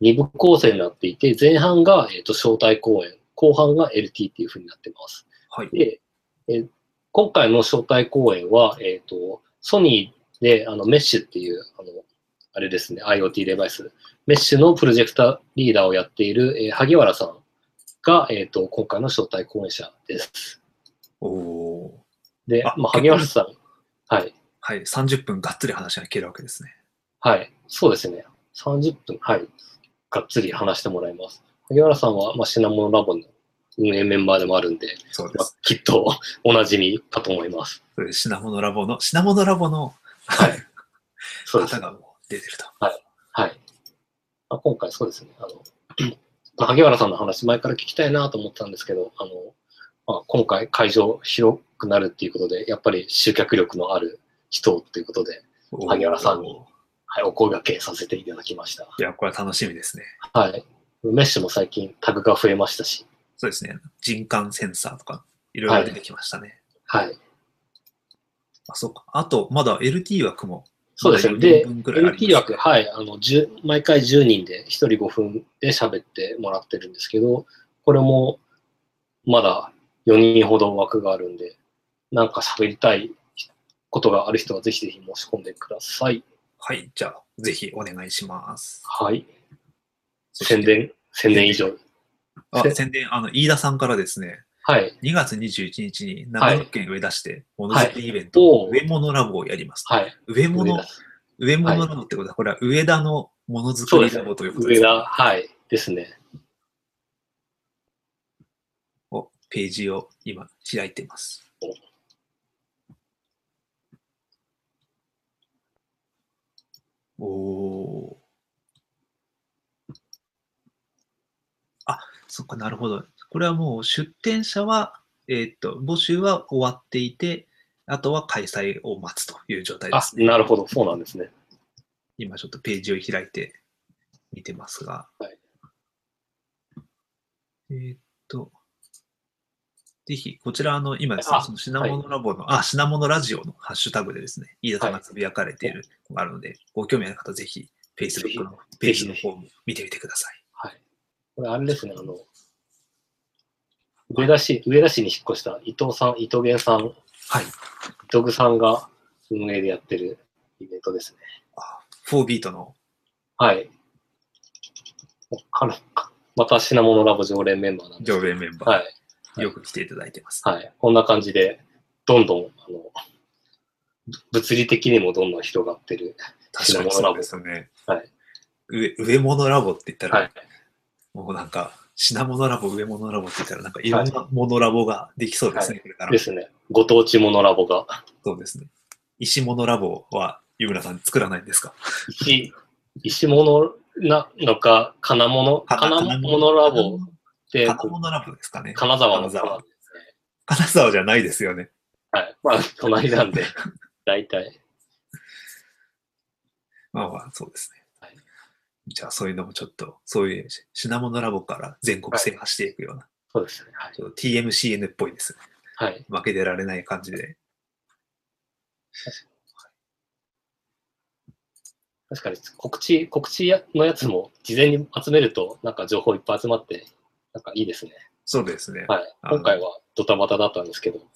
[SPEAKER 2] 二部構成になっていて、前半が、えっと招待公演、後半が LT っていう風になってます。
[SPEAKER 1] はい。
[SPEAKER 2] で、えー今回の招待公演は、えっ、と、ソニーで、あの、メッシュっていう、あの、あれですね、IoT デバイス、メッシュのプロジェクターリーダーをやっている、えー萩原さんが、えっ、と、今回の招待公演者です。
[SPEAKER 1] おお
[SPEAKER 2] で、
[SPEAKER 1] あ
[SPEAKER 2] まあ、萩原さん、はい。
[SPEAKER 1] ー。はい。30分がっつり話が聞けるわけですね。
[SPEAKER 2] はい、そうですね。30分、はい、がっつり話してもらいます。萩原さんは、まあ、品物ラボの運営メンバーでもあるんで、
[SPEAKER 1] そうで
[SPEAKER 2] まあ
[SPEAKER 1] す。、
[SPEAKER 2] きっとおなじみかと思います。
[SPEAKER 1] それで品物ラボの、品物ラボの
[SPEAKER 2] はい、そうです
[SPEAKER 1] 方。がもう出てると。
[SPEAKER 2] はい。まあ、今回そうですね。あの、 まあ萩原さんの話、前から聞きたいなと思ったんですけど、あの、まあ、今回会場広くなるっていうことで、やっぱり集客力のある人っていうことで、
[SPEAKER 1] おー
[SPEAKER 2] 萩原さんにはい、お声掛けさせていただきました。
[SPEAKER 1] いや、これは楽しみですね。
[SPEAKER 2] はい。メッシュも最近タグが増えましたし、
[SPEAKER 1] そうですね。人感センサーとか、いろいろ出てきましたね。
[SPEAKER 2] はい。
[SPEAKER 1] あ、そうか。あと、まだ LT 枠も、
[SPEAKER 2] そうですね。
[SPEAKER 1] まだ
[SPEAKER 2] で、
[SPEAKER 1] 4分くらいあります
[SPEAKER 2] LT 枠、はい、あの、10毎回10人で、1人5分で喋ってもらってるんですけど、これも、まだ4人ほど枠があるんで、なんか喋りたいことがある人はぜひぜひ申し込んでください。
[SPEAKER 1] はい。じゃあ、ぜひお願いします。
[SPEAKER 2] はい。
[SPEAKER 1] そして
[SPEAKER 2] 宣。伝、宣伝以上。
[SPEAKER 1] あ、宣伝、あの、飯田さんからですね、
[SPEAKER 2] はい。
[SPEAKER 1] 2月21日に長野県上田市で、ものづくりイベン
[SPEAKER 2] はい
[SPEAKER 1] ト、
[SPEAKER 2] おー
[SPEAKER 1] 上物ラボをやります。
[SPEAKER 2] はい。
[SPEAKER 1] 上
[SPEAKER 2] 上
[SPEAKER 1] 物
[SPEAKER 2] 田、、
[SPEAKER 1] 上物ラボってことは、これは上田のものづ
[SPEAKER 2] そ
[SPEAKER 1] く
[SPEAKER 2] うで
[SPEAKER 1] り
[SPEAKER 2] す
[SPEAKER 1] ラボということで
[SPEAKER 2] 上
[SPEAKER 1] すね。
[SPEAKER 2] 田、はい。ですね。
[SPEAKER 1] をページを今開いてます。おおー。あ、そっか、なるほど。これはもう出店者はえーっと、募集は終わっていて、あとは開催を待つという状態で
[SPEAKER 2] あ、
[SPEAKER 1] すね。
[SPEAKER 2] なるほど、そうなんですね。
[SPEAKER 1] 今ちょっとページを開いて見てますが。
[SPEAKER 2] はい
[SPEAKER 1] えーっと、ぜひ、こちら、あの、今ですね
[SPEAKER 2] あ、
[SPEAKER 1] その品物ラボの、あ、品物ラジオのハッシュタグでですね、飯田さんがつぶやかれているのがあるので、ご興味ある方、ぜひ、Facebook のページの方も見てみてください。
[SPEAKER 2] はい。これ、あれですね、あの、上田市、上田市に引っ越した伊藤さん、伊藤源さん、伊
[SPEAKER 1] はい。
[SPEAKER 2] 藤具さんが運営でやってるイベントですね。
[SPEAKER 1] 4ビートの、
[SPEAKER 2] はい。からかまた品物ラボ常連メンバーなんです
[SPEAKER 1] 上
[SPEAKER 2] け
[SPEAKER 1] 連メン
[SPEAKER 2] ど。
[SPEAKER 1] バ
[SPEAKER 2] は
[SPEAKER 1] ー、
[SPEAKER 2] い。い
[SPEAKER 1] よく来ていただいてます。
[SPEAKER 2] はい。こんな感じで、どんどん、あの、物理的にもどんどん広がってる。
[SPEAKER 1] 確かにそうですよね。
[SPEAKER 2] はい
[SPEAKER 1] 上、上物ラボって言ったら、
[SPEAKER 2] はい。
[SPEAKER 1] もうなんか、品物ラボ、上物ラボって言ったら、なんかいろんな物ラボができそうですね、これから
[SPEAKER 2] で。すね。ご当地モノラボ が。
[SPEAKER 1] そうですね。石物ラボは、湯村さん作らないんですか
[SPEAKER 2] 石、石物なのか、金物、
[SPEAKER 1] かな
[SPEAKER 2] 金物ラボっ
[SPEAKER 1] 金
[SPEAKER 2] て、
[SPEAKER 1] 物ラボですかね。
[SPEAKER 2] 金沢の
[SPEAKER 1] 金沢
[SPEAKER 2] 沢ですね。
[SPEAKER 1] 金沢じゃないですよね。
[SPEAKER 2] はい。まあ、隣なんで、 大体。
[SPEAKER 1] まあまあ、そうですね
[SPEAKER 2] はい。
[SPEAKER 1] じゃあ、そういうのもちょっと、そういう品物ラボから全国制覇していくような、
[SPEAKER 2] そうですね。はい
[SPEAKER 1] ちょっと TMCN っぽいですね。。
[SPEAKER 2] はい、
[SPEAKER 1] 負けてられない感じで。
[SPEAKER 2] 確かに、告知、告知のやつも、事前に集めると、なんか情報いっぱい集まって、なんかいいですね。
[SPEAKER 1] そうですね。
[SPEAKER 2] はい。
[SPEAKER 1] あの
[SPEAKER 2] 今回はドタバタだったんですけど、
[SPEAKER 1] こ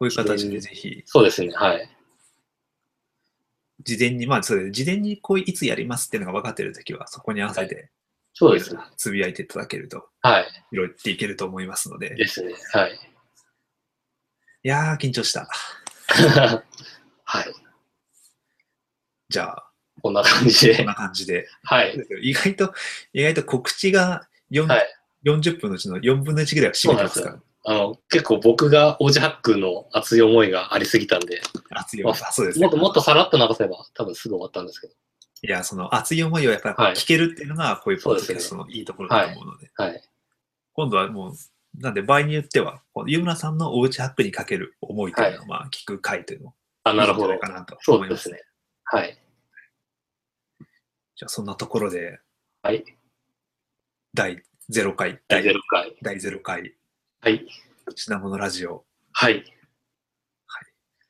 [SPEAKER 1] ういう形でぜひ、
[SPEAKER 2] そうですね。はい。
[SPEAKER 1] 事前に、まあ、それ事前にこういつやりますっていうのが分かってるときは、そこに合わせて、
[SPEAKER 2] そうですね。
[SPEAKER 1] つぶやいていただけると、
[SPEAKER 2] はい。
[SPEAKER 1] 拾っていけると思いますので。
[SPEAKER 2] ですね。はい。
[SPEAKER 1] いやー、緊張した。
[SPEAKER 2] はい。
[SPEAKER 1] じゃあ、
[SPEAKER 2] こんな感じ
[SPEAKER 1] こん
[SPEAKER 2] で。
[SPEAKER 1] な感じで。
[SPEAKER 2] はい。
[SPEAKER 1] 意外と、意外と告知が4、
[SPEAKER 2] はい
[SPEAKER 1] 40分のうちの4分の1ぐらいは占めてますから、
[SPEAKER 2] あの、結構僕がオジャックの熱い思いがありすぎたんで、
[SPEAKER 1] 熱い思い、あそうですね
[SPEAKER 2] もっともっとさらっと流せば多分すぐ終わったんですけど。
[SPEAKER 1] いや、その熱い思いをやっぱり
[SPEAKER 2] はい
[SPEAKER 1] 聞けるっていうのが、こういうポッドキ
[SPEAKER 2] そう
[SPEAKER 1] ャ
[SPEAKER 2] で
[SPEAKER 1] ス
[SPEAKER 2] す
[SPEAKER 1] トのいいところだと思うので、
[SPEAKER 2] はい。
[SPEAKER 1] 今度はもう、なんで場合によっては、この湯村さんのおうちハックにかける思いというのを、まあ、聞く回というのも
[SPEAKER 2] あ、なる
[SPEAKER 1] いい
[SPEAKER 2] ほ
[SPEAKER 1] んじ
[SPEAKER 2] ど
[SPEAKER 1] ゃい。かなと
[SPEAKER 2] そ
[SPEAKER 1] 思
[SPEAKER 2] う
[SPEAKER 1] いま
[SPEAKER 2] ですす
[SPEAKER 1] ね
[SPEAKER 2] ね。。はい。
[SPEAKER 1] じゃあ、そんなところで、
[SPEAKER 2] はい。
[SPEAKER 1] 第0回、
[SPEAKER 2] 第
[SPEAKER 1] 第
[SPEAKER 2] 0回。
[SPEAKER 1] 第0回、
[SPEAKER 2] はい。
[SPEAKER 1] 品物ラジオ、
[SPEAKER 2] はい。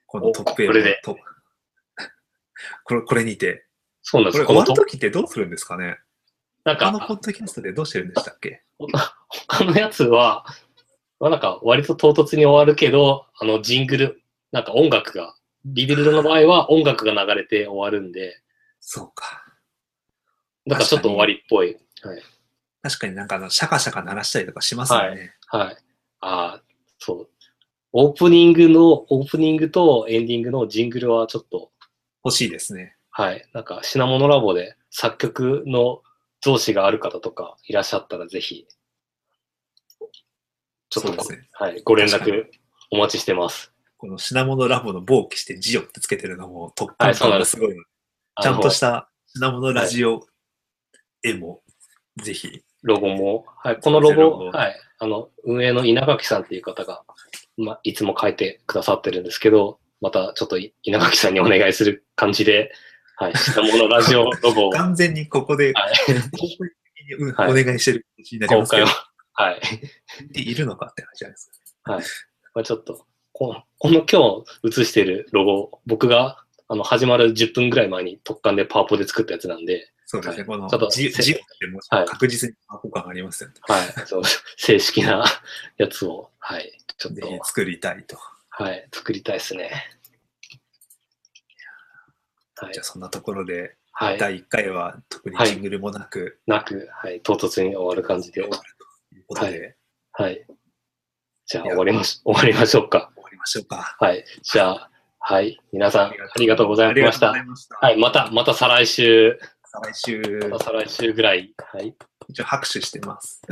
[SPEAKER 1] このトップ
[SPEAKER 2] おこれで
[SPEAKER 1] と これ、これにて、
[SPEAKER 2] そうなんで
[SPEAKER 1] これ
[SPEAKER 2] す。こ
[SPEAKER 1] 終
[SPEAKER 2] の
[SPEAKER 1] わる
[SPEAKER 2] と、
[SPEAKER 1] ときってどうするんですかね
[SPEAKER 2] なん
[SPEAKER 1] 他のポ
[SPEAKER 2] か、
[SPEAKER 1] ッドキャストでどうしてるんでしたっけ
[SPEAKER 2] 他のやつは、まあ、なんか割と唐突に終わるけど、あの、ジングル、なんか音楽が、リビルドの場合は音楽が流れて終わるんで、
[SPEAKER 1] そうか。
[SPEAKER 2] なんかちょっと終わりっぽい。はい。
[SPEAKER 1] 確かになんかあの、シャカシャカ鳴らしたりとかしますよね。
[SPEAKER 2] はい。ああ、そう。オープニングの、オープニングとエンディングのジングルはちょっと、
[SPEAKER 1] 欲しいですね。
[SPEAKER 2] はい。なんか、品物ラボで作曲の増資がある方とかいらっしゃったら、ぜひ、ちょっと
[SPEAKER 1] そ
[SPEAKER 2] ご、
[SPEAKER 1] うですね
[SPEAKER 2] はい、ご連
[SPEAKER 1] 確か
[SPEAKER 2] 絡お待ちしてます。
[SPEAKER 1] この品物ラボの冒起してジオってつけてるのも特
[SPEAKER 2] は
[SPEAKER 1] 感
[SPEAKER 2] いそうなん
[SPEAKER 1] が
[SPEAKER 2] です
[SPEAKER 1] すごいので、ちゃんとし
[SPEAKER 2] あの
[SPEAKER 1] た品物ラジオ絵も、ぜひ、
[SPEAKER 2] ロゴも、はい、このロ
[SPEAKER 1] ロゴ
[SPEAKER 2] ゴ、はい、あの、運営の稲垣さんっていう方が、まあ、いつも書いてくださってるんですけど、またちょっとい稲垣さんにお願いする感じで、はい、品物ラジオロゴを、は
[SPEAKER 1] 完全にここで、
[SPEAKER 2] い。
[SPEAKER 1] 公開的にうん
[SPEAKER 2] はい
[SPEAKER 1] お願いしてる感じになりま
[SPEAKER 2] 今
[SPEAKER 1] すけ
[SPEAKER 2] 回
[SPEAKER 1] ど
[SPEAKER 2] は、、はい。
[SPEAKER 1] でいるのかって話じゃないですか。
[SPEAKER 2] まあ、ちょっとこ、この今日映してるロゴ、僕があの始まる10分ぐらい前に特感でパワポで作ったやつなんで、
[SPEAKER 1] そうですね、この
[SPEAKER 2] ちょっと
[SPEAKER 1] ジジオってもう
[SPEAKER 2] はい
[SPEAKER 1] 確実に効果がありますよね。
[SPEAKER 2] はい、そう正式な やつを、はい、ちょっ
[SPEAKER 1] ぜひ
[SPEAKER 2] と、
[SPEAKER 1] 作りたいと。
[SPEAKER 2] はい、作りたいですね。はい
[SPEAKER 1] じゃあ、そんなところで、
[SPEAKER 2] はい、
[SPEAKER 1] 第1回は特に
[SPEAKER 2] はい
[SPEAKER 1] ジングルもなく、
[SPEAKER 2] なく、はい、唐突に終わる感じで、
[SPEAKER 1] ということで、
[SPEAKER 2] はい。じゃあ終わりまし、終わりましょうか。
[SPEAKER 1] 終わりましょうか。
[SPEAKER 2] はい、じゃあ、はい、皆さんありがとうござ
[SPEAKER 1] あり
[SPEAKER 2] い
[SPEAKER 1] が
[SPEAKER 2] ま
[SPEAKER 1] と
[SPEAKER 2] した
[SPEAKER 1] うござ。いました。
[SPEAKER 2] はい、また、また再来週、
[SPEAKER 1] 再来週、
[SPEAKER 2] また再来週ぐらい、はい。
[SPEAKER 1] 一応拍手してます。